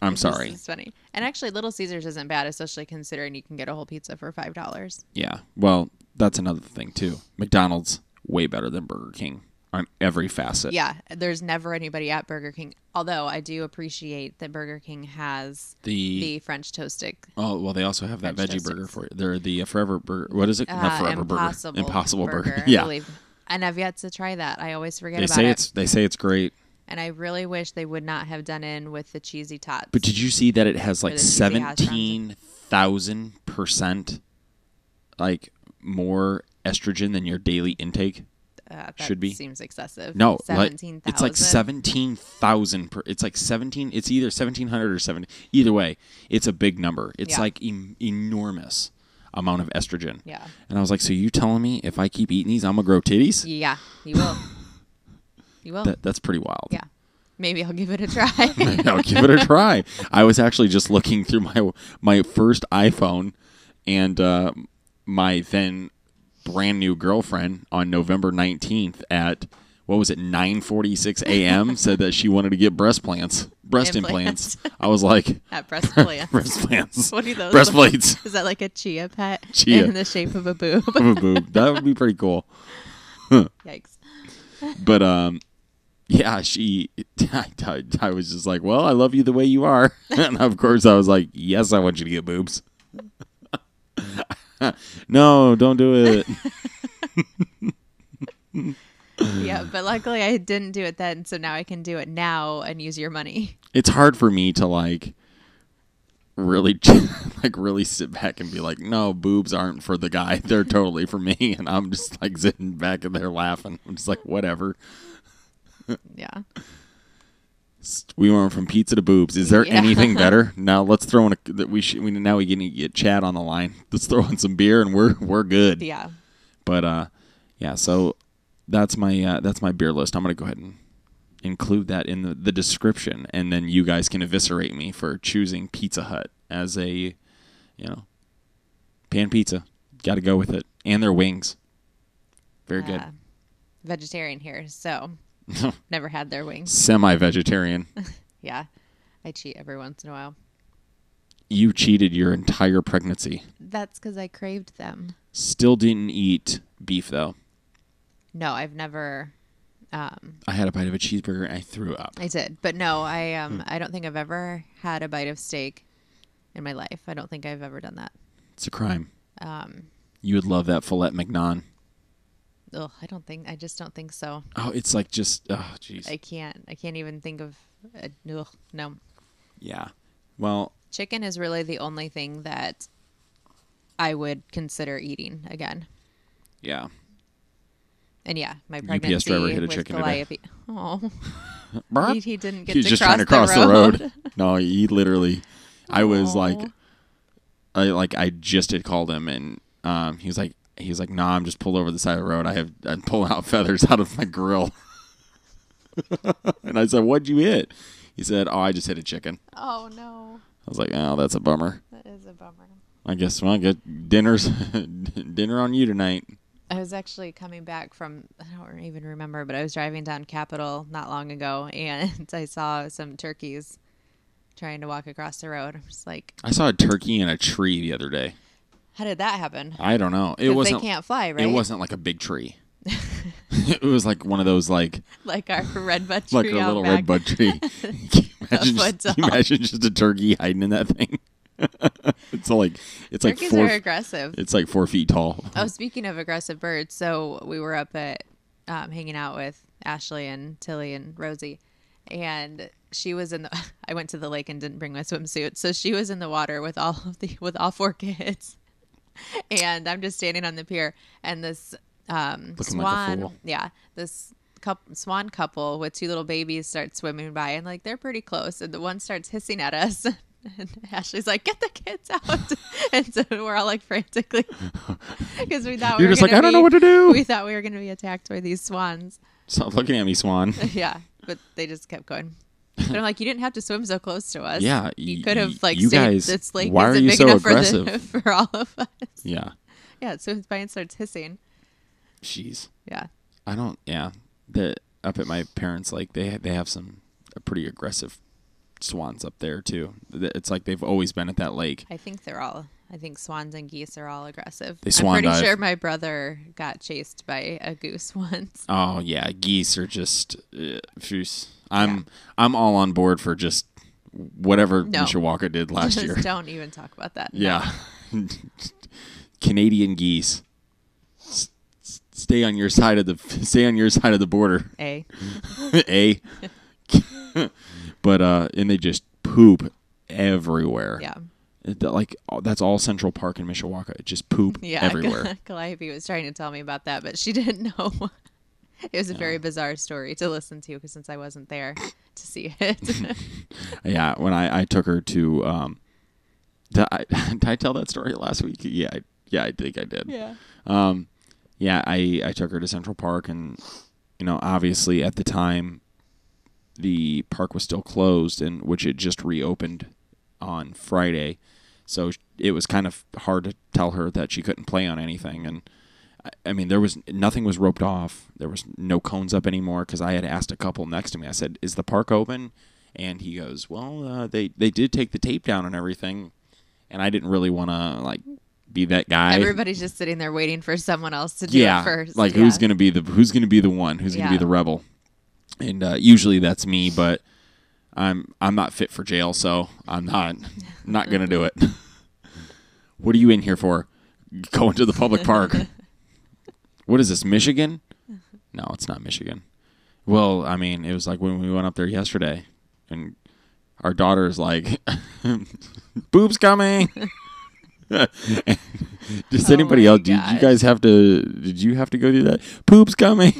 A: I'm
B: It's just-
A: sorry.
B: It's funny. And actually Little Caesars isn't bad, especially considering you can get a whole pizza for five dollars.
A: Yeah. Well, that's another thing too. McDonald's way better than Burger King on every facet.
B: Yeah, there's never anybody at Burger King. Although I do appreciate that Burger King has
A: The,
B: the French toast stick.
A: oh well, they also have that
B: French
A: veggie
B: toast
A: burger
B: sticks.
A: for you. They're the Forever Burger. What is it?
B: uh,
A: Not Forever
B: impossible
A: Burger. Impossible Burger.
B: burger I
A: yeah.
B: believe. And I've yet to try that. I always forget
A: They
B: about
A: say
B: it.
A: it's they say it's great.
B: And I really wish they would not have done in with the cheesy tots.
A: But did you see that it has like
B: the cheesy hash browns.
A: seventeen thousand percent, like more estrogen than your daily intake?
B: uh, that
A: should be?
B: seems excessive.
A: No, like,
B: seventeen thousand.
A: it's like seventeen thousand per. It's like seventeen. It's either seventeen hundred or seventy. Either way, it's a big number. It's
B: Yeah.
A: like em- enormous amount of estrogen.
B: Yeah.
A: And I was like, so you telling me if I keep eating these, I'm gonna grow titties?
B: Yeah, you will. you will.
A: That, that's pretty wild.
B: yeah. Maybe I'll give it a try.
A: I'll give it a try. I was actually just looking through my my first iPhone, and uh, my then brand new girlfriend on November nineteenth at what was it nine forty six a.m. said that she wanted to get breast plants, breast implants.
B: Implants.
A: I was like,
B: at breast plant.
A: breast plants,
B: What are those?
A: breast plates.
B: Is that like a chia pet
A: Chia.
B: in the shape of a boob?
A: Boob. that would be pretty cool.
B: Yikes.
A: But um, yeah, she. I, I, I was just like, well, I love you the way you are, and of course, I was like, yes, I want you to get boobs. no, don't do it.
B: Yeah, but luckily I didn't do it then, so now I can do it now and use your money.
A: it's hard for me to like really like really sit back and be like no boobs aren't for the guy they're totally for me and i'm just like sitting back and they're laughing i'm just like whatever
B: Yeah.
A: we went from pizza to boobs. Is there
B: Yeah.
A: anything better? Now let's throw in a that we should. We, now we can get Chad on the line. Let's throw in some beer and we're we're good.
B: Yeah.
A: But uh, yeah. So that's my uh, that's my beer list. I'm gonna go ahead and include that in the, the description, and then you guys can eviscerate me for choosing Pizza Hut as a you know pan pizza. Got to go with it, and their wings. Very good.
B: Uh, vegetarian here, so never had their wings.
A: Semi vegetarian.
B: Yeah. I cheat every once in a while.
A: you cheated your entire pregnancy.
B: That's because I craved them.
A: Still didn't eat beef though.
B: No, I've never. Um,
A: I had a bite of a cheeseburger and I threw up.
B: I did, but no, I
A: Hmm.
B: um, I don't think I've ever had a bite of steak in my life. I don't think I've ever done that.
A: It's a crime.
B: Um,
A: You would love that filet mignon.
B: ugh, I don't think. I just don't think so.
A: Oh, it's like just oh jeez.
B: I can't. I can't even think of. A, ugh, no,
A: Yeah. Well,
B: chicken is really the only thing that I would consider eating again.
A: yeah.
B: and yeah, my
A: UPS driver
B: pregnancy
A: hit a
B: with
A: chicken today.
B: Calliope. Oh,
A: Burp.
B: he, he didn't get
A: He was
B: to
A: just
B: cross
A: trying to cross the road.
B: road.
A: no, he literally. I was
B: Aw.
A: like, I like I just had called him, and um, he was like, he was like, nah, I'm just pulled over the side of the road. I have I'm pulling out feathers out of my grill. and I said, what'd you hit? He said, oh, I just hit a chicken.
B: oh no,
A: I was like, oh, that's a bummer.
B: that is a bummer.
A: I guess well, good dinners, dinner on you tonight.
B: I was actually coming back from I don't even remember, but I was driving down Capitol not long ago, and I saw some turkeys trying to walk across the road. I'm just like,
A: I saw a turkey in a tree the other day.
B: how did that happen?
A: I don't know. It
B: 'Cause
A: wasn't.
B: they can't fly, right?
A: It wasn't like a big tree. it was like one of those like
B: like our redbud tree.
A: like a
B: out
A: little
B: back.
A: red bud tree. Can you imagine,
B: foot
A: just, can you
B: tall.
A: imagine just a turkey hiding in that thing? it's like it's like
B: Turkeys
A: four.
B: are aggressive.
A: It's like four feet tall.
B: Oh, speaking of aggressive birds, so we were up at um, hanging out with Ashley and Tilly and Rosie, and she was in the. I went to the lake and didn't bring my swimsuit, so she was in the water with all of the with all four kids, and I'm just standing on the pier, and this um,
A: Looking like a
B: swan,
A: fool.
B: yeah, this. coup swan couple with two little babies start swimming by and like they're pretty close and the one starts hissing at us and Ashley's like get the kids out and so we're all like frantically because we thought we
A: You're
B: were
A: just like
B: gonna
A: I don't know
B: be-
A: what to do.
B: We thought we were going to be attacked by these swans.
A: Stop looking at me, Swan.
B: yeah, but they just kept going. And I'm like, you didn't have to swim so close to us.
A: Yeah,
B: you
A: y-
B: could have like
A: you
B: stayed.
A: guys-
B: this lake
A: why are
B: isn't
A: you
B: big
A: so
B: enough
A: aggressive?
B: for the, for all of us.
A: yeah.
B: Yeah, so his Brian starts hissing.
A: Jeez.
B: Yeah,
A: I don't. Yeah. The up at my parents, like they they have some uh, pretty aggressive swans up there too. Th- It's like they've always been at that lake.
B: I think they're all. I think swans and geese are all aggressive.
A: They swan
B: I'm pretty
A: dive.
B: sure my brother got chased by a goose once.
A: Oh yeah, geese are just uh, phews. I'm I'm all on board for just whatever
B: No.
A: Misha Walker did last
B: Just
A: year.
B: don't even talk about that.
A: Yeah, Canadian geese. S- s- Stay on your side of the stay on your side of the border,
B: A.
A: a. but uh, and they just poop everywhere.
B: Yeah.
A: It- that- like all- that's all Central Park and Mishawaka. It just poop
B: Yeah,
A: everywhere.
B: Calliope was trying to tell me about that, but she didn't know. It was a very bizarre story to listen to because since I wasn't there to see it,
A: Yeah, when I, I took her to um, did I, did I tell that story last week? Yeah, I, yeah, I think I did.
B: yeah,
A: Um, yeah, I I took her to Central Park, and you know, obviously at the time, the park was still closed, and which it just reopened on Friday, so sh- it was kind of hard to tell her that she couldn't play on anything, and. I- I mean, there was nothing was roped off. There was no cones up anymore because I had asked a couple next to me. I said, "Is the park open?" And he goes, "Well, uh, they they did take the tape down and everything," and I didn't really want to like be that guy
B: everybody's just sitting there waiting for someone else to do it first.
A: like
B: Yeah.
A: who's gonna be the who's gonna be the one who's gonna be
B: Yeah.
A: the rebel and uh, usually that's me but i'm i'm not fit for jail so i'm not not gonna do it what are you in here for going to the public park what is this michigan no it's not michigan well i mean it was like when we went up there yesterday and our daughter is like boobs coming does
B: Oh
A: anybody
B: my
A: else do you
B: gosh.
A: guys have to did you have to go through that poop's coming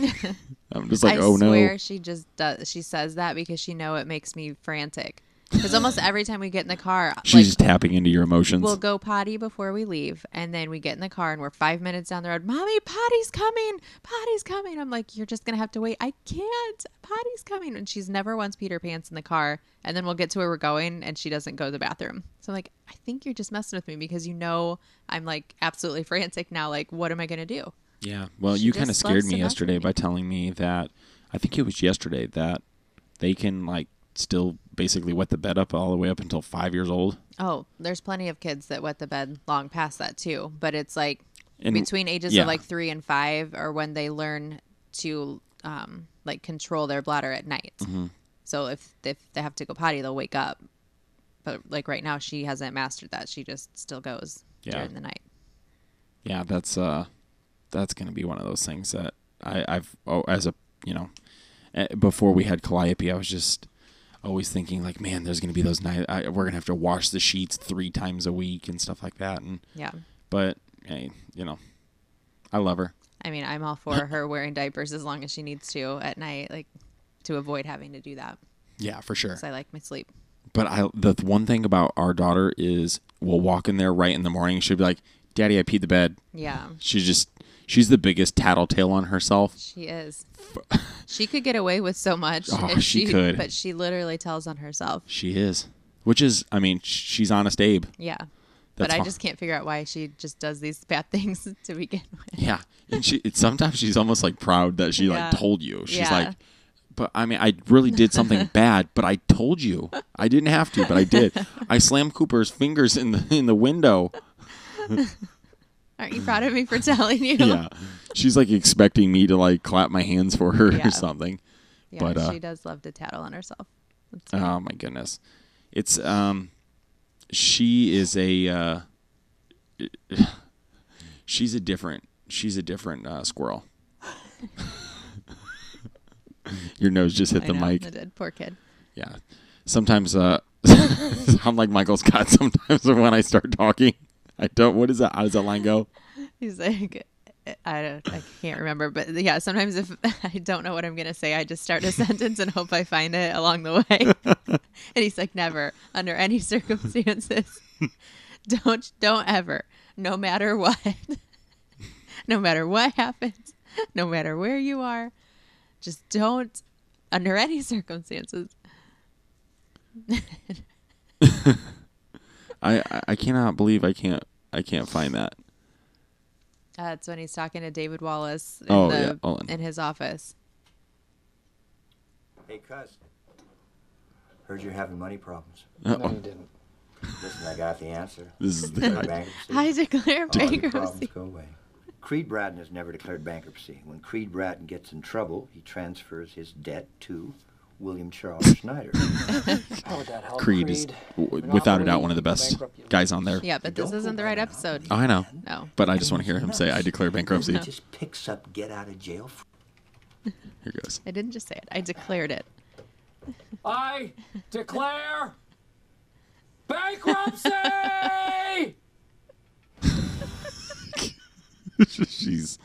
A: i'm just like
B: I
A: oh
B: swear
A: no
B: she just does. She says that because she know it makes me frantic. Because almost every time we get in the car,
A: she's
B: like,
A: just tapping into your emotions
B: We'll go potty before we leave, and then we get in the car, and we're five minutes down the road. Mommy, potty's coming! Potty's coming! I'm like, you're just gonna have to wait. I can't. Potty's coming, and she's never once peed her pants in the car. And then we'll get to where we're going, and she doesn't go to the bathroom. So I'm like, I think you're just messing with me because you know I'm like absolutely frantic now. Like, what am I gonna do?
A: yeah well
B: she
A: you kind of
B: just
A: scared
B: loves
A: me
B: to mess
A: yesterday
B: with
A: by telling me that i think it was yesterday that they can like still basically wet the bed up all the way up until five years old
B: Oh, there's plenty of kids that wet the bed long past that too, but it's like
A: And-
B: between ages
A: Mm. yeah.
B: of like three and five, or when they learn to um, like control their bladder at night.
A: Mm-hmm.
B: So if if they have to go potty, they'll wake up. But like right now, she hasn't mastered that. She just still goes
A: Yeah.
B: during the night.
A: yeah that's uh that's gonna be one of those things that i i've oh as a you know eh, before we had calliope i was just always thinking like man there's gonna be those night I, we're gonna have to wash the sheets three times a week and stuff like that and
B: Yeah,
A: but hey you know i love her
B: I mean, I'm all for her wearing diapers as long as she needs to at night, like to avoid having to do that.
A: Yeah, for sure.
B: Because I like my sleep.
A: But I the th- one thing about our daughter is we'll walk in there right in the morning. She'll be like, "Daddy, I peed the bed."
B: Yeah,
A: She's just she's the biggest tattletale on herself.
B: she is. She could get away with so much.
A: Oh,
B: if
A: she could.
B: But she literally tells on herself.
A: She is, which is, I mean, sh- she's honest Abe.
B: Yeah.
A: That's
B: but I
A: fine.
B: just can't figure out why she just does these bad things to begin with.
A: Yeah, and she it's, sometimes she's almost like proud that she
B: Yeah.
A: like told you. She's
B: Yeah.
A: like, but I mean, I really did something bad, but I told you. I didn't have to, but I did. I slammed Cooper's fingers in the in the window.
B: Aren't you proud of me for telling you?
A: Yeah, she's like expecting me to like clap my hands for her
B: Yeah.
A: or something.
B: Yeah,
A: But, uh,
B: she does love to tattle on herself. That's funny.
A: Oh my goodness, it's um, she is a uh, she's a different she's a different uh, squirrel. Your nose just hit
B: I
A: the
B: know,
A: mic.
B: I did. Poor kid.
A: Yeah. Sometimes uh, I'm like Michael Scott. Sometimes when I start talking, I don't. What is that? How does that line go?
B: He's like, I don't, I can't remember, but yeah, sometimes if I don't know what I'm gonna say, I just start a sentence and hope I find it along the way. and he's like, never, under any circumstances, don't, don't ever, no matter what, no matter what happens, no matter where you are, just don't, under any circumstances.
A: I, I I cannot believe I can't I can't find that.
B: Uh, That's when he's talking to David Wallace in,
A: Oh, yeah,
B: the,
A: Olin.
B: in his office.
C: Hey, cuz. Heard you're having money problems.
D: No, you didn't.
C: Listen, I got the answer.
A: This is
C: Declare
A: the
C: bankruptcy.
B: I declare
C: All your problems
B: bankruptcy.
C: go away. Creed Bratton has never declared bankruptcy. When Creed Bratton gets in trouble, he transfers his debt to William Charles Schneider.
D: How would that help?
A: Creed is w- without a doubt one of the best
D: Bankrupt you.
A: guys on there.
B: Yeah, but this
C: Don't go
B: isn't the right
C: back on
B: episode.
C: me.
A: Oh, I know.
B: No.
A: But I just want to hear him say, "I declare bankruptcy."
C: He just picks up get out of jail free
A: Here goes.
B: I didn't just say it. I declared it.
E: I declare bankruptcy!
A: She's.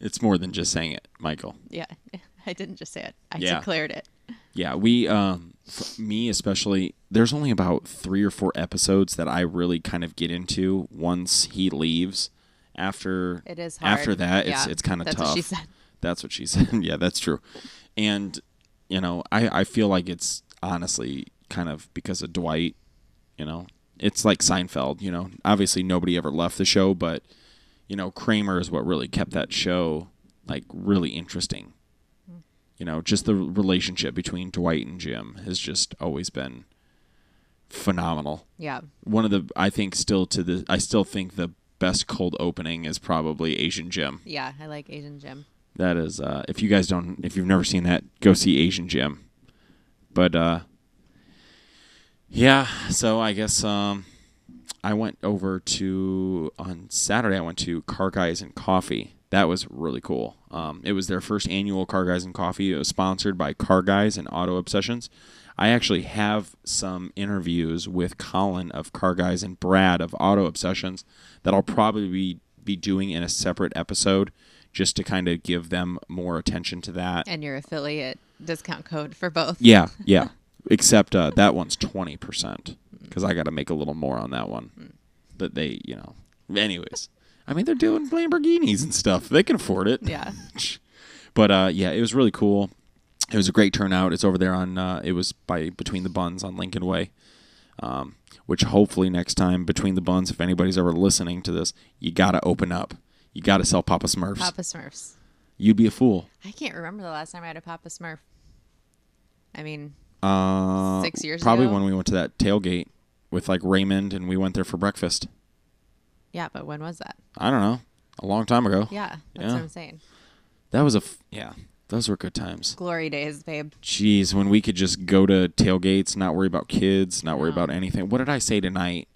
A: It's more than just saying it, Michael.
B: Yeah. I didn't just say it. I
A: Yeah.
B: declared it.
A: Yeah, we, um, f- me especially. There's only about three or four episodes that I really kind of get into once he leaves. After
B: It is
A: After
B: hard.
A: that, it's
B: Yeah,
A: it's kind of
B: that's
A: tough.
B: what she said.
A: That's what she said. yeah, that's true. And you know, I I feel like it's honestly kind of because of Dwight. You know, it's like Seinfeld. You know, obviously nobody ever left the show, but you know, Kramer is what really kept that show like really interesting. You know, just the relationship between Dwight and Jim has just always been phenomenal.
B: Yeah.
A: One of the I think still to the I still think the best cold opening is probably Asian Jim.
B: Yeah. I like Asian Jim.
A: That is, uh, if you guys don't, if you've never seen that, go see Asian Jim. But uh, yeah, so I guess um, I went over to on Saturday. I went to Car Guys and Coffee. That was really cool. Um, it was their first annual Car Guys and Coffee. It was sponsored by Car Guys and Auto Obsessions. I actually have some interviews with Colin of Car Guys and Brad of Auto Obsessions that I'll probably be, be doing in a separate episode just to kind of give them more attention to that.
B: And your affiliate discount code for both.
A: Yeah, yeah. Except uh, that one's twenty percent because I got to make a little more on that
B: Hmm.
A: one. That they, you know. Anyways, I mean they're doing Lamborghinis and stuff. They can afford it.
B: Yeah.
A: But uh, yeah, it was really cool. It was a great turnout. It's over there on. Uh, it was by between the buns on Lincoln Way, um, which hopefully next time between the buns, if anybody's ever listening to this, you gotta open up. You gotta sell Papa Smurfs.
B: Papa Smurfs.
A: You'd be a fool.
B: I can't remember the last time I had a Papa Smurf. I mean,
A: Uh,
B: Six years
A: probably
B: ago?
A: when we went to that tailgate with like Raymond and we went there for breakfast.
B: yeah, but when was that?
A: I don't know, a long time ago.
B: Yeah. That's
A: Yeah.
B: what I'm saying.
A: That was a f- yeah. Those were good times.
B: Glory days, babe.
A: Jeez, when we could just go to tailgates, not worry about kids, not worry about anything. What did I say tonight?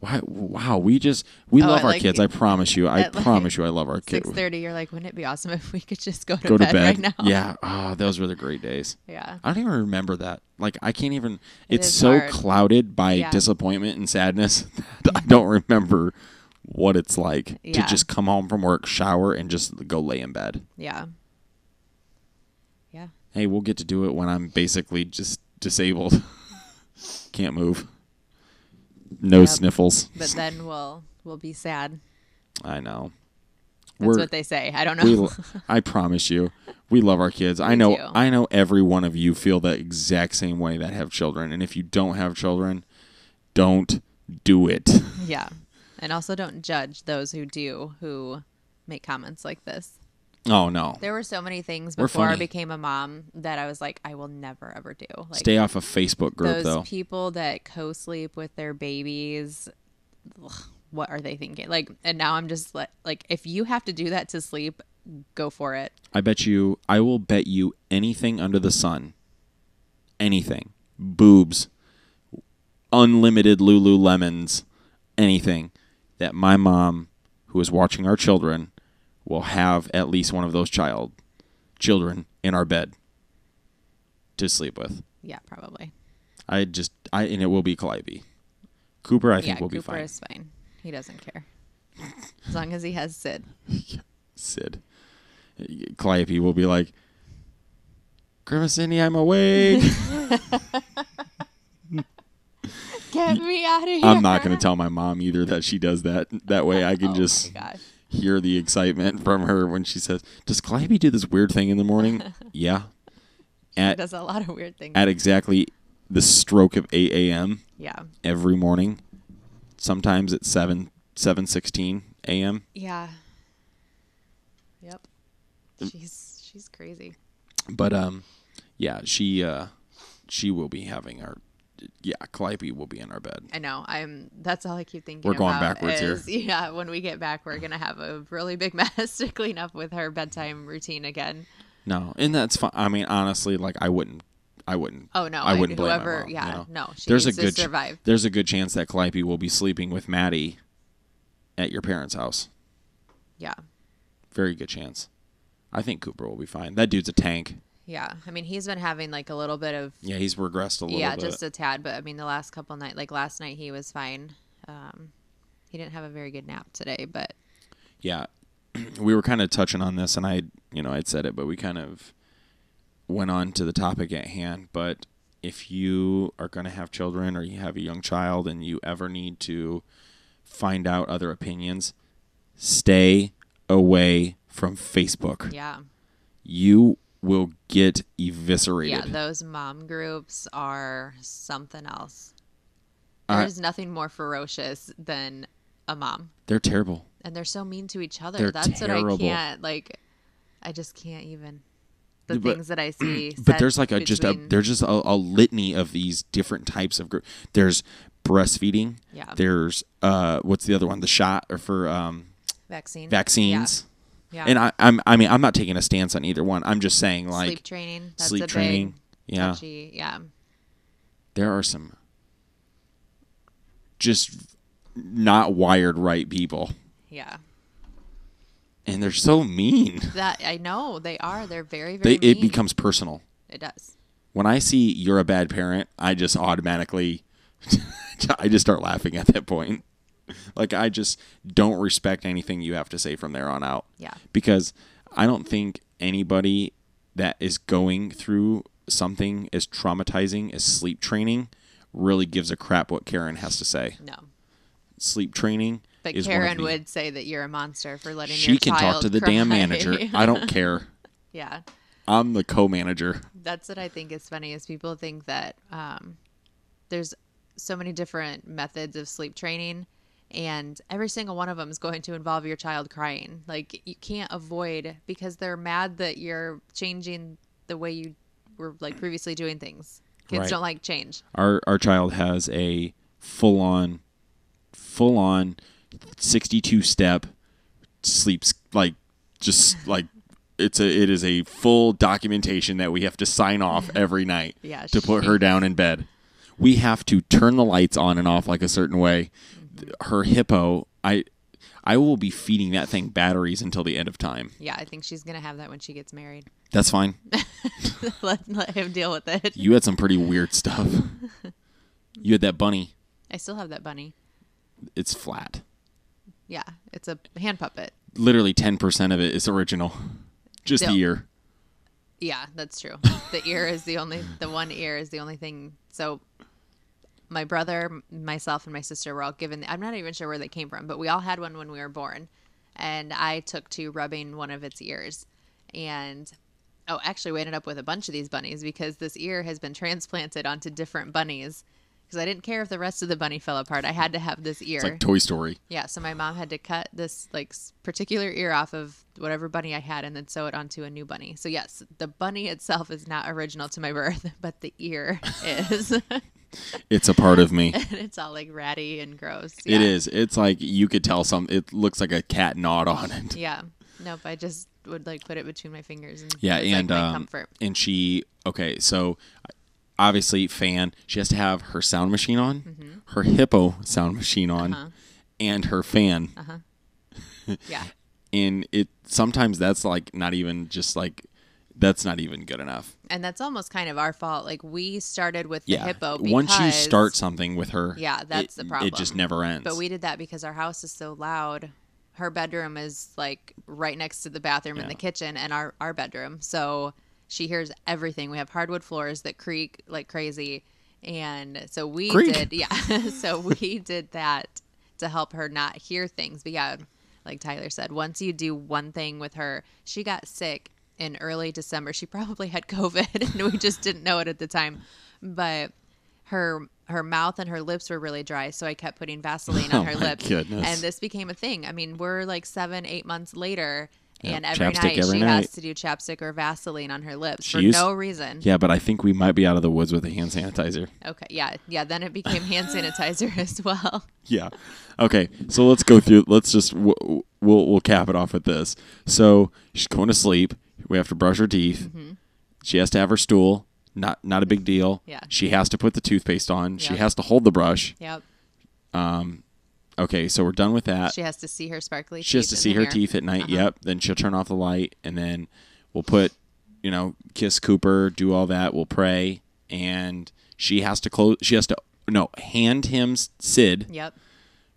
A: Why, wow, we just we
B: Oh,
A: love
B: at,
A: our
B: like-
A: kids. I promise you. I
B: at, like,
A: promise you. I love our kids.
B: Six thirty, you're like, wouldn't it be awesome if we could just go to,
A: Go to
B: bed,
A: bed.
B: right now?
A: Yeah. Oh, those were the great days.
B: Yeah.
A: I don't even remember that. Like I can't even.
B: It
A: it's
B: is
A: so
B: hard.
A: clouded by
B: Yeah.
A: disappointment and sadness that I don't remember what it's like to
B: Yeah.
A: just come home from work, shower, and just go lay in bed.
B: Yeah. Yeah.
A: Hey, we'll get to do it when I'm basically just disabled, can't move, no
B: Yep.
A: sniffles.
B: But then we'll we'll be sad.
A: I know.
B: That's what they say. I don't know.
A: we, lo- I promise you, we love our kids. I know,
B: do.
A: I know every one of you feel that exact same way that have children. And if you don't have children, don't do it.
B: yeah. And also don't judge those who do who make comments like this.
A: Oh no,
B: There were so many things
A: We're
B: before I
A: funny.
B: became a mom that I was like, I will never ever do. Like
A: stay off a Facebook group
B: those
A: though.
B: people that co-sleep with their babies. ugh, What are they thinking? Like, and now I'm just like, like if you have to do that to sleep, go for it.
A: I bet you, I will bet you anything under the sun, anything, boobs, unlimited Lululemons, anything that my mom, who is watching our children, will have at least one of those child children in our bed to sleep with.
B: Yeah, probably.
A: I just, I and it will be Calliope. Cooper, I think
B: yeah,
A: will
B: Cooper
A: be fine.
B: is fine. He doesn't care as long as he has Sid.
A: Sid. Calliope will be like, Grandma Cindy, I'm awake.
B: Get me out of here!
A: I'm not going to tell my mom either that she does that. That way I can
B: Oh
A: just
B: my gosh.
A: hear the excitement from her when she says, Does Calliope do this weird thing in the morning? yeah.
B: He
A: At,
B: does a lot of weird things.
A: at exactly the stroke of 8 a.m.
B: yeah,
A: every morning, sometimes at 7, 7.16 a.m.
B: yeah, yep.
A: Mm.
B: She's she's crazy.
A: But, um, yeah, she, uh, she will be having our, yeah, Calliope will be in our bed.
B: I know. I'm. That's all I keep thinking.
A: We're going
B: about
A: backwards here.
B: is, Yeah. When we get back, we're gonna have a really big mess to clean up with her bedtime routine again.
A: No, and that's fine. I mean, honestly, like I wouldn't, I wouldn't.
B: Oh, no,
A: I
B: I-
A: wouldn't blame my
B: whoever-
A: mom, you
B: yeah,
A: know?
B: no, she
A: there's
B: needs
A: a
B: to
A: good
B: survive.
A: there's a good chance that Calliope will be sleeping with Maddie at your parents' house.
B: Yeah.
A: Very good chance. I think Cooper will be fine. That dude's a tank.
B: Yeah. I mean, he's been having like a little bit of
A: Yeah, he's regressed a little
B: yeah,
A: bit.
B: just a tad. But I mean, the last couple night, like last night, he was fine. Um, he didn't have a very good nap today, but
A: yeah, we were kind of touching on this, and I, you know, I'd said it, but we kind of went on to the topic at hand. But if you are going to have children or you have a young child and you ever need to find out other opinions, stay away from Facebook.
B: yeah,
A: You will get eviscerated.
B: yeah. Those mom groups are something else.
A: I-
B: There's nothing more ferocious than a mom.
A: They're terrible.
B: and they're so mean to each other.
A: They're
B: That's
A: terrible.
B: what I can't like. I just can't even the
A: But-
B: things that I see.
A: but
B: said
A: there's like a just a
B: between-
A: there's just a, a litany of these different types of group. There's breastfeeding.
B: Yeah.
A: There's uh, what's the other one? The shot or for um,
B: vaccine
A: vaccines.
B: Yeah,
A: And
B: yeah.
A: I, I'm I mean I'm not taking a stance on either one. I'm just saying like
B: sleep training. That's
A: sleep
B: a big,
A: training. Yeah,
B: Touchy. Yeah,
A: there are some just not wired right people,
B: yeah.
A: and they're so mean.
B: That I know they are. They're very
A: They
B: very.
A: it
B: mean.
A: becomes personal.
B: it does.
A: when I see you're a bad parent, I just automatically I just start laughing at that point. Like I just don't respect anything you have to say from there on out.
B: Yeah.
A: Because I don't think anybody that is going through something as traumatizing as sleep training really gives a crap what Karen has to say.
B: No,
A: Sleep training
B: but
A: is one of
B: Karen
A: the-
B: would say that you're a monster for letting
A: she
B: your
A: can
B: child
A: talk to the
B: cry.
A: damn manager. I don't care.
B: yeah.
A: I'm the co-manager.
B: that's what I think is funny is people think that um, there's so many different methods of sleep training, and every single one of them is going to involve your child crying. Like you can't avoid because they're mad that you're changing the way you were like previously doing things. Kids
A: Right.
B: don't like change.
A: our our child has a full on full on 62 step sleeps like just like it's a it is a full documentation that we have to sign off every night
B: Yeah,
A: to put her down in bed we have to turn the lights on and off like a certain way her hippo i i will be feeding that thing batteries until the end of time
B: Yeah, I think she's gonna have that when she gets married.
A: that's fine
B: let let him deal with it.
A: you had some pretty weird stuff you had that bunny
B: I still have that bunny.
A: it's flat
B: Yeah, it's a hand puppet.
A: Literally 10% of it is original. Just the
B: Still.
A: ear.
B: Yeah, that's true. The ear is the only the one ear is the only thing. So my brother, m- myself and my sister were all given I'm not even sure where they came from, but we all had one when we were born. And I took to rubbing one of its ears. And oh, actually we ended up with a bunch of these bunnies because this ear has been transplanted onto different bunnies because I didn't care if the rest of the bunny fell apart. I had to have this ear.
A: It's like Toy Story.
B: Yeah, so my mom had to cut this like s- particular ear off of whatever bunny I had and then sew it onto a new bunny. So yes, the bunny itself is not original to my birth, but the ear is. and
A: It's a part of me.
B: it's all like ratty and gross.
A: It is. It's like you could tell some. It looks like a cat gnawed on it.
B: Yeah. Nope, I just would like put it between my fingers and
A: Yeah,
B: it was, like,
A: and
B: my
A: um,
B: comfort.
A: and she okay. So obviously, fan. She has to have her sound machine on,
B: Mm-hmm.
A: her hippo sound machine on,
B: Uh-huh.
A: and her fan.
B: Yeah.
A: And it sometimes that's like not even just like that's not even good enough.
B: And that's almost kind of our fault. Like we started with the
A: yeah.
B: hippo because
A: Once you start something with her,
B: Yeah, that's
A: it-
B: the problem.
A: It just never ends.
B: But we did that because our house is so loud. Her bedroom is like right next to the bathroom and the
A: Yeah.
B: kitchen and our, our bedroom. So she hears everything. We have hardwood floors that creak like crazy. And so we
A: Creak.
B: did, yeah. so we did that to help her not hear things. But yeah, like Tyler said, once you do one thing with her, she got sick in early December. She probably had COVID and we just didn't know it at the time. But her her mouth and her lips were really dry, so I kept putting Vaseline on
A: Oh
B: her
A: my
B: lips.
A: goodness.
B: And this became a thing. I mean, we're like seven, eight months later,
A: Yeah,
B: and every
A: chapstick
B: night
A: every
B: she
A: night.
B: has to do chapstick or Vaseline on her lips
A: She
B: for
A: used-
B: no reason.
A: yeah, but I think we might be out of the woods with a hand sanitizer.
B: Okay. Yeah. Yeah. Then it became hand sanitizer as well.
A: Yeah. Okay. So let's go through. Let's just we'll we'll, we'll cap it off with this. So she's going to sleep. We have to brush her teeth.
B: Mm-hmm.
A: She has to have her stool. Not not a big deal.
B: Yeah.
A: She has to put the toothpaste on. She
B: Yep.
A: has to hold the brush.
B: Yep.
A: Okay. So we're done with that.
B: She has to see her sparkly.
A: She has to
B: teeth in Uh-huh.
A: see
B: the
A: her
B: mirror.
A: teeth at night. Yep. Then she'll turn off the light, and then we'll put, you know, kiss Cooper, do all that. We'll pray, and she has to close. She has to no hand him Sid
B: Yep.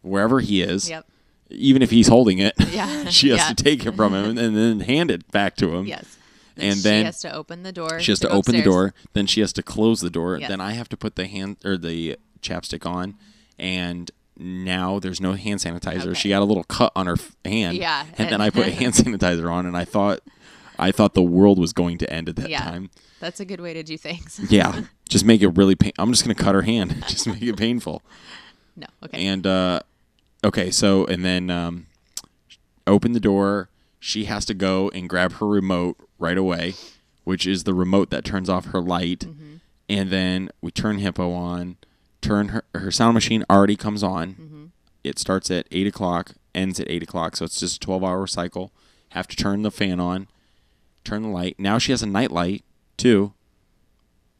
A: wherever he is.
B: Yep.
A: even if he's holding it,
B: Yeah.
A: she has
B: Yeah.
A: to take it from him and then hand it back to him.
B: Yes.
A: And
B: she
A: then
B: has to open the door.
A: she has to
B: go
A: open the
B: upstairs.
A: door. Then she has to close the door.
B: Yes.
A: Then I have to put the hand or the chapstick on, and now there's no hand sanitizer.
B: Okay.
A: She got a little cut on her f- hand.
B: Yeah,
A: and, then
B: and-
A: I put hand sanitizer on, and I thought, I thought the world was going to end at that
B: Yeah.
A: time.
B: That's a good way to do things.
A: Yeah, just make it really pain. I'm just gonna cut her hand. just make it painful.
B: no. Okay.
A: And uh, okay, so and then um, open the door. She has to go and grab her remote right away, which is the remote that turns off her light. And then we turn Hippo on. Turn her her sound machine already comes on. It starts at eight o'clock, ends at eight o'clock, so it's just a twelve hour cycle. Have to turn the fan on, turn the light. Now she has a night light too.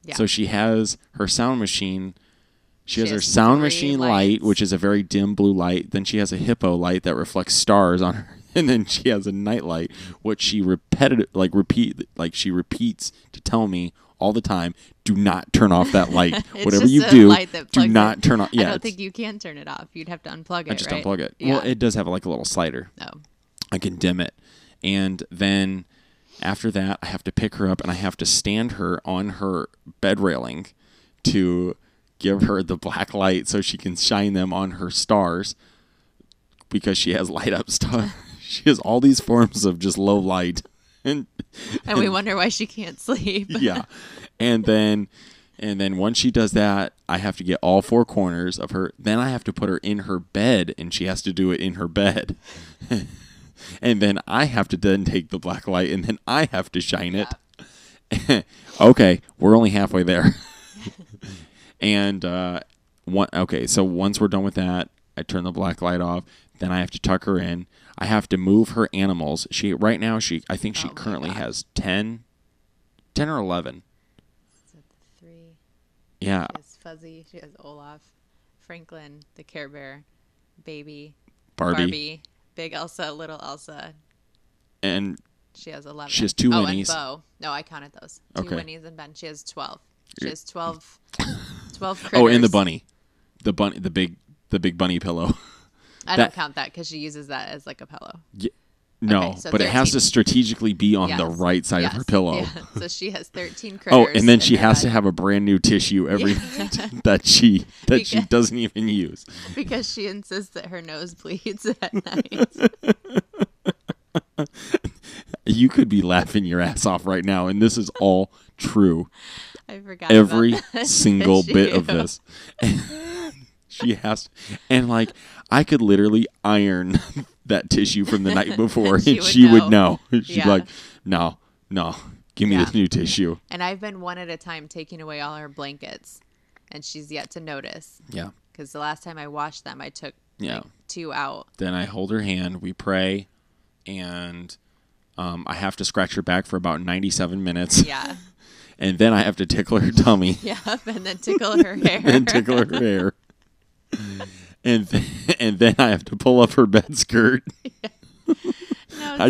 B: Yeah.
A: So she has her sound machine. She, has, her
B: has
A: sound
B: three
A: machine light,
B: lights.
A: which is a very dim blue light. Then she has a hippo light that reflects stars on her, and then she has a night light, which she repetitive like repeat like she repeats to tell me all the time. Do not turn off that light.
B: It's
A: Whatever
B: just
A: you
B: a
A: do,
B: light that
A: do
B: plugs
A: not
B: in.
A: turn off. Yeah,
B: I don't
A: it's-
B: think you can turn it off. You'd have to unplug it.
A: I just
B: right?
A: unplug it.
B: Yeah.
A: Well, it does have like a little slider.
B: Oh.
A: I can dim it. And then after that, I have to pick her up and I have to stand her on her bed railing to give her the black light so she can shine them on her stars because she has light up stars. she has all these forms of just low light. And
B: and we wonder why she can't sleep.
A: yeah. And then and then once she does that, I have to get all four corners of her. Then I have to put her in her bed and she has to do it in her bed. and then I have to then take the black light and then I have to shine it. okay, we're only halfway there. and uh one okay, so once we're done with that, I turn the black light off, then I have to tuck her in. I have to move her animals. She right now she I think she
B: Oh my
A: currently has 10 10 or 11.
B: Three.
A: Yeah.
B: She has Fuzzy. She has Olaf, Franklin, the Care Bear, Baby,
A: Barbie.
B: Barbie, Big Elsa, Little Elsa.
A: And
B: She has eleven.
A: She has two
B: oh,
A: Winnies.
B: and Bo. No, I counted those. Two
A: Okay.
B: Winnies and Ben. She has twelve. She has 12, 12
A: oh, and the
B: critters.
A: bunny. The bunny the big the big bunny pillow.
B: I
A: That-
B: don't count that because she uses that as like a pillow.
A: No,
B: Okay, so
A: but it has
B: 13.
A: to strategically be on the
B: Yes.
A: right side of her
B: Yes.
A: pillow.
B: Yeah. So she has 13 critters.
A: Oh, and then
B: in
A: she
B: her
A: has to
B: bed
A: have a brand new tissue every night that she that she
B: Because-
A: doesn't even use.
B: because she insists that her nose bleeds at night.
A: You could be laughing your ass off right now, and this is all true.
B: I forgot about
A: Every
B: that
A: single bit of
B: issue.
A: this. she has, and like I could literally iron that tissue from the night before,
B: She
A: and
B: would
A: she would know.
B: know.
A: She'd
B: Yeah.
A: be like, "No, no, give me
B: Yeah.
A: this new tissue."
B: And I've been one at a time taking away all her blankets, and she's yet to notice.
A: Yeah,
B: Because the last time I washed them, I took
A: yeah.
B: two out.
A: Then I hold her hand, we pray, and um, I have to scratch her back for about 97 minutes.
B: Yeah.
A: And then I have to tickle her tummy
B: Yeah. And then tickle her hair.
A: and tickle her hair. And, th- and then I have to pull up her bed skirt.
B: No,
A: I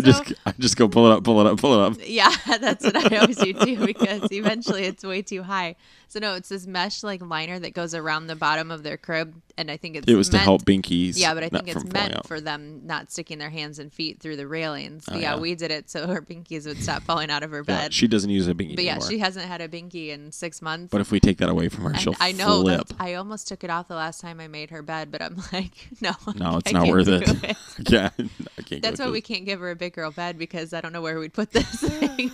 B: so-
A: just I just go pull it up, pull it up, pull it up.
B: Yeah, that's what I always do too because eventually it's way too high. So no, it's this mesh like liner that goes around the bottom of their crib, and I think it's
A: It was to
B: meant-
A: help Binkies.
B: Yeah, but I
A: not
B: think it's
A: from falling
B: meant
A: out.
B: for them not sticking their hands and feet through the railings.
A: Oh,
B: yeah,
A: yeah.
B: we did it so her binkies would stop falling out of her
A: Yeah,
B: bed.
A: she doesn't use a binky
B: but yeah,
A: anymore.
B: she hasn't had a binky in six months.
A: but if we take that away from her,
B: And
A: she'll
B: I know
A: flip.
B: that's- I almost took it off the last time I made her bed, but I'm like, no,
A: No, it's
B: I
A: not
B: can't
A: worth
B: do
A: it. yeah, I can't.
B: That's
A: go
B: why
A: with
B: we
A: it.
B: can't give her a big girl bed because I don't know where we'd put this thing.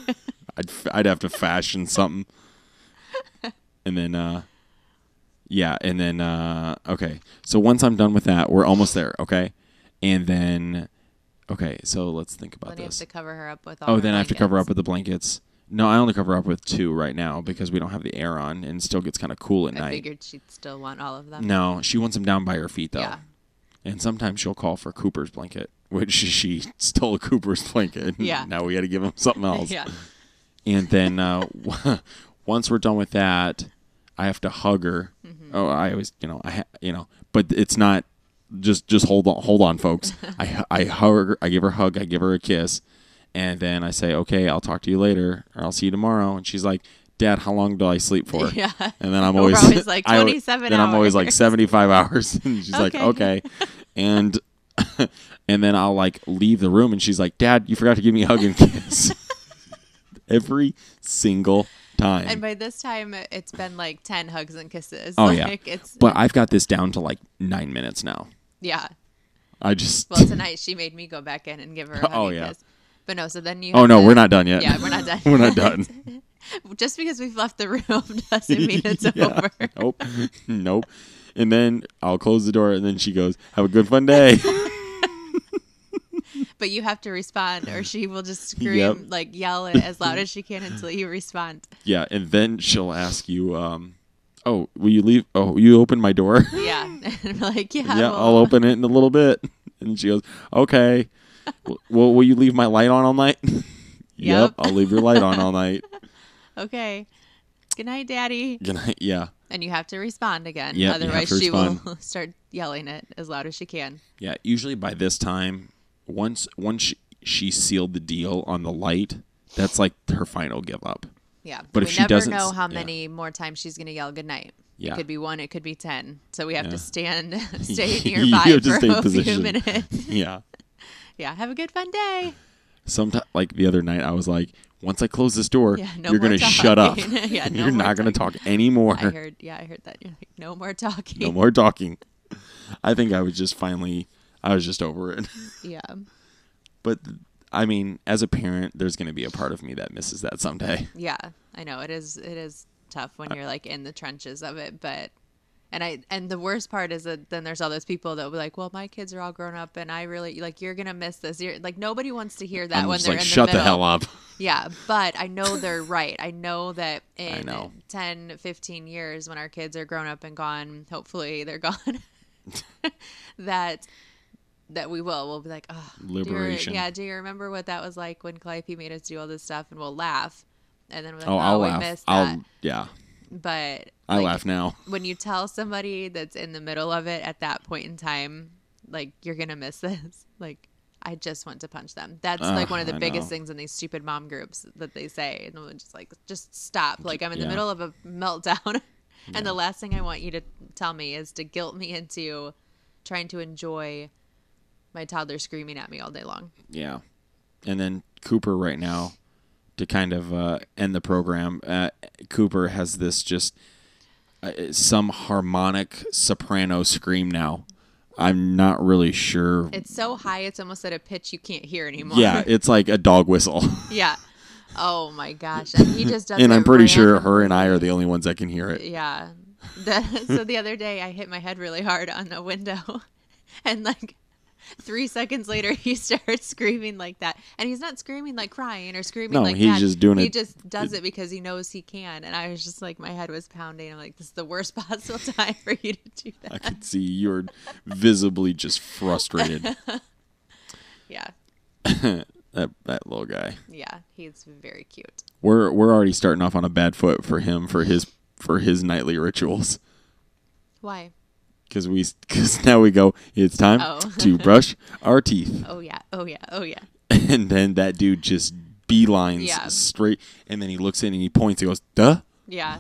A: I'd f- I'd have to fashion something. And then uh yeah, and then uh okay. So once I'm done with that, we're almost there, okay? And then okay, so let's think about
B: then you have
A: this.
B: to cover her up with all
A: oh,
B: her
A: then I have to cover
B: blankets.
A: up with the blankets. No, I only cover up with two right now because we don't have the air on and it still gets kind of cool at
B: I
A: night.
B: figured she'd still want all of them.
A: No, she wants them down by her feet though.
B: Yeah.
A: And sometimes she'll call for Cooper's blanket, which she stole Cooper's blanket.
B: Yeah.
A: now we had to give him something else.
B: Yeah.
A: And then uh, once we're done with that, I have to hug her.
B: Mm-hmm.
A: Oh, I always, you know, I, ha- you know, but it's not just just hold on, hold on, folks. I hu- I hug, her, I give her a hug, I give her a kiss, and then I say, okay, I'll talk to you later, or I'll see you tomorrow. And she's like, Dad, how long do I sleep for?
B: Yeah.
A: And then I'm
B: We're
A: always,
B: always like,
A: I al-
B: 27
A: Then I'm always like
B: hours.
A: seventy five hours, and she's like, okay,
B: Okay.
A: and. and then I'll like leave the room, and she's like, "Dad, you forgot to give me a hug and kiss." every single time.
B: And by this time, it's been like 10 hugs and kisses.
A: oh
B: like,
A: yeah,
B: It's,
A: but I've got this down to like nine minutes now.
B: yeah.
A: I just
B: Well, tonight she made me go back in and give her a hug
A: Oh,
B: and
A: yeah.
B: kiss. But no, so then you.
A: oh
B: have
A: no,
B: to-
A: we're not done yet.
B: Yeah, we're not done.
A: we're not done.
B: Just because we've left the room doesn't mean it's
A: Yeah.
B: over.
A: Nope, nope. And then I'll close the door, and then she goes, "Have a good fun day."
B: But you have to respond, or she will just scream,
A: Yep.
B: like yell it as loud as she can until you respond.
A: yeah, and then she'll ask you, um, "Oh, will you leave? Oh, will you open my door?"
B: Yeah. And I'm like, yeah.
A: yeah,
B: well,
A: I'll open it in a little bit. And she goes, "Okay. W- well, will you leave my light on all night?" yep,
B: Yep.
A: I'll leave your light on all night.
B: Okay. Good night, Daddy.
A: Good night. Yeah.
B: And you have to respond again.
A: Yeah, you have
B: Otherwise,
A: to
B: she will
A: respond.
B: start yelling it as loud as she can.
A: Yeah, usually by this time, once once she, she sealed the deal on the light, that's like her final give up.
B: Yeah.
A: But
B: we
A: if she
B: never
A: doesn't
B: know
A: s-
B: how
A: yeah.
B: many more times she's going to yell good night.
A: Yeah.
B: It could be one, it could be 10. So we have
A: Yeah.
B: to stand, stay
A: You
B: nearby
A: have to
B: for
A: stay in
B: a few
A: position.
B: minutes.
A: Yeah.
B: yeah. Have a good fun day.
A: Sometimes, like the other night, I was like, once I close this door,
B: Yeah, no
A: you're
B: more
A: gonna shut up.
B: talking. Yeah, no
A: you're
B: more
A: not gonna talk anymore.
B: I heard, yeah, I heard that. You're like, no more talking.
A: No more talking. I think I was just finally, I was just over it.
B: Yeah.
A: But I mean, as a parent, there's gonna be a part of me that misses that someday.
B: Yeah. I know it is, it is tough when you're like in the trenches of it, but. And I and the worst part is that then there's all those people that will be like, well, my kids are all grown up, and I really like you're gonna miss this. You're like nobody wants to hear that
A: I'm
B: when
A: just
B: they're
A: like,
B: in
A: shut
B: the
A: the,
B: middle.
A: hell up.
B: Yeah, but I know they're right. I know that in
A: know.
B: 10, 15 years, when our kids are grown up and gone, hopefully they're gone, that that we will. We'll be like, oh,
A: Liberation.
B: Do you, yeah, do you remember what that was like when Calliope made us do all this stuff? And we'll laugh. And then we're like,
A: Oh,
B: oh,
A: I'll
B: we
A: laugh.
B: missed that.
A: I'll yeah.
B: But
A: I
B: like,
A: laugh now.
B: When you tell somebody that's in the middle of it at that point in time, like, you're going to miss this. Like, I just want to punch them. That's like
A: Ugh,
B: one of the
A: Ah, I
B: biggest
A: know.
B: things in these stupid mom groups that they say. And I'm just like, just stop. Like, I'm in
A: yeah.
B: the middle of a meltdown. and the last thing I want you to tell me is to guilt me into trying to enjoy my toddler screaming at me all day long.
A: Yeah. And then Cooper right now to kind of uh, end the program. Uh, Cooper has this just uh, some harmonic soprano scream now. I'm not really sure.
B: It's so high, it's almost at a pitch you can't hear anymore.
A: yeah, it's like a dog whistle.
B: yeah. Oh my gosh, and he just does.
A: and I'm
B: it
A: pretty sure
B: random-
A: her and I are the only ones that can hear it.
B: Yeah. The, so the other day, I hit my head really hard on a window, and like three seconds later, he starts screaming like that. And he's not screaming like crying or screaming
A: No,
B: like
A: he's
B: that.
A: just doing
B: He
A: it-
B: just does it because he knows he can. And I was just like, my head was pounding. I'm like, this is the worst possible time for you to do
A: I
B: that.
A: could see you're visibly just frustrated.
B: Yeah.
A: that that little guy.
B: Yeah. He's very cute.
A: We're we're already starting off on a bad foot for him for his for his nightly rituals.
B: Why?
A: because we because now we go it's time
B: Oh.
A: to brush our teeth
B: Oh, yeah. Oh, yeah. Oh, yeah.
A: and then that dude just beelines
B: Yeah.
A: straight and then he looks in and he points he goes duh
B: Yeah.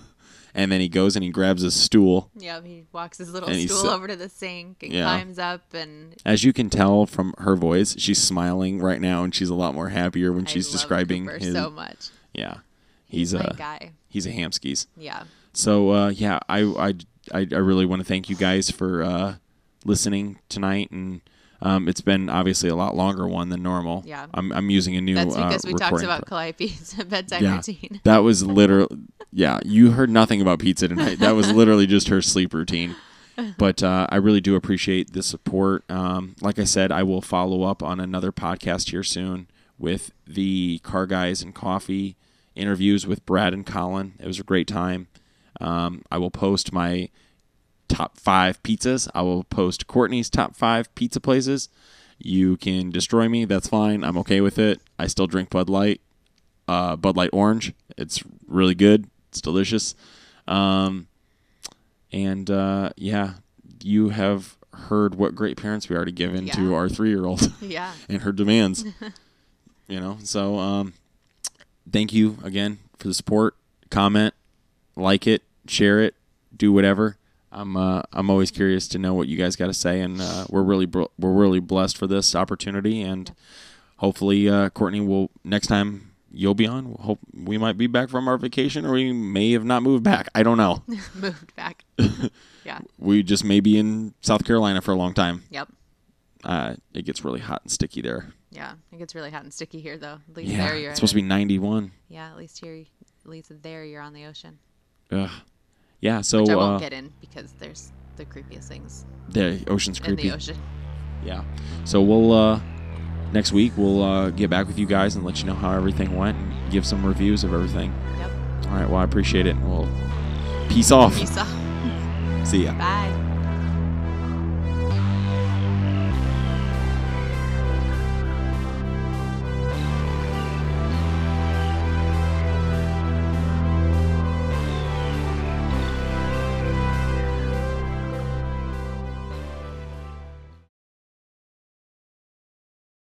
A: and then he goes and he grabs a stool
B: Yeah. He walks his little
A: And he
B: stool
A: sa-
B: over to the sink and
A: Yeah.
B: climbs up and
A: as you can tell from her voice she's smiling right now and she's a lot more happier when she's
B: I love
A: describing
B: Cooper
A: his
B: so much.
A: yeah he's
B: my
A: a
B: guy.
A: he's a hamskis
B: Yeah.
A: So uh, yeah, I I I, I really want to thank you guys for uh, listening tonight, and um, it's been obviously a lot longer one than normal.
B: Yeah.
A: I'm I'm using a new.
B: That's because
A: uh,
B: we talked
A: recording
B: about
A: pro-
B: Calliope's bedtime
A: yeah,
B: routine.
A: that was literally. Yeah, you heard nothing about pizza tonight. That was literally just her sleep routine. But uh, I really do appreciate the support. Um, like I said, I will follow up on another podcast here soon with the Car Guys and Coffee interviews with Brad and Colin. It was a great time. Um, I will post my top five pizzas. I will post Courtney's top five pizza places. You can destroy me. That's fine. I'm okay with it. I still drink Bud Light, uh, Bud Light Orange. It's really good. It's delicious. Um, and uh, yeah, you have heard what great parents we already given to
B: Yeah.
A: our three year old
B: Yeah.
A: and her demands. you know, so um, thank you again for the support. Comment, like it, share it, do whatever. I'm uh, I'm always curious to know what you guys got to say, and uh, we're really bro- we're really blessed for this opportunity, and hopefully uh, Courtney will next time you'll be on. Hope we might be back from our vacation, or we may have not moved back. I don't know.
B: Moved back. yeah.
A: we just may be in South Carolina for a long time.
B: Yep.
A: Uh, it gets really hot and sticky there.
B: Yeah. It gets really hot and sticky here, though. At least
A: Yeah,
B: there you're
A: it's supposed to be 91.
B: be. Yeah. At least here, at least there you're on the ocean,
A: Ugh. Yeah, so
B: which I
A: uh,
B: won't get in because there's the creepiest things
A: the ocean's creepy.
B: in the ocean.
A: Yeah. So we'll uh next week we'll uh get back with you guys and let you know how everything went and give some reviews of everything.
B: Yep.
A: All right, well I appreciate it and we'll peace off.
B: Peace off.
A: See ya.
B: Bye.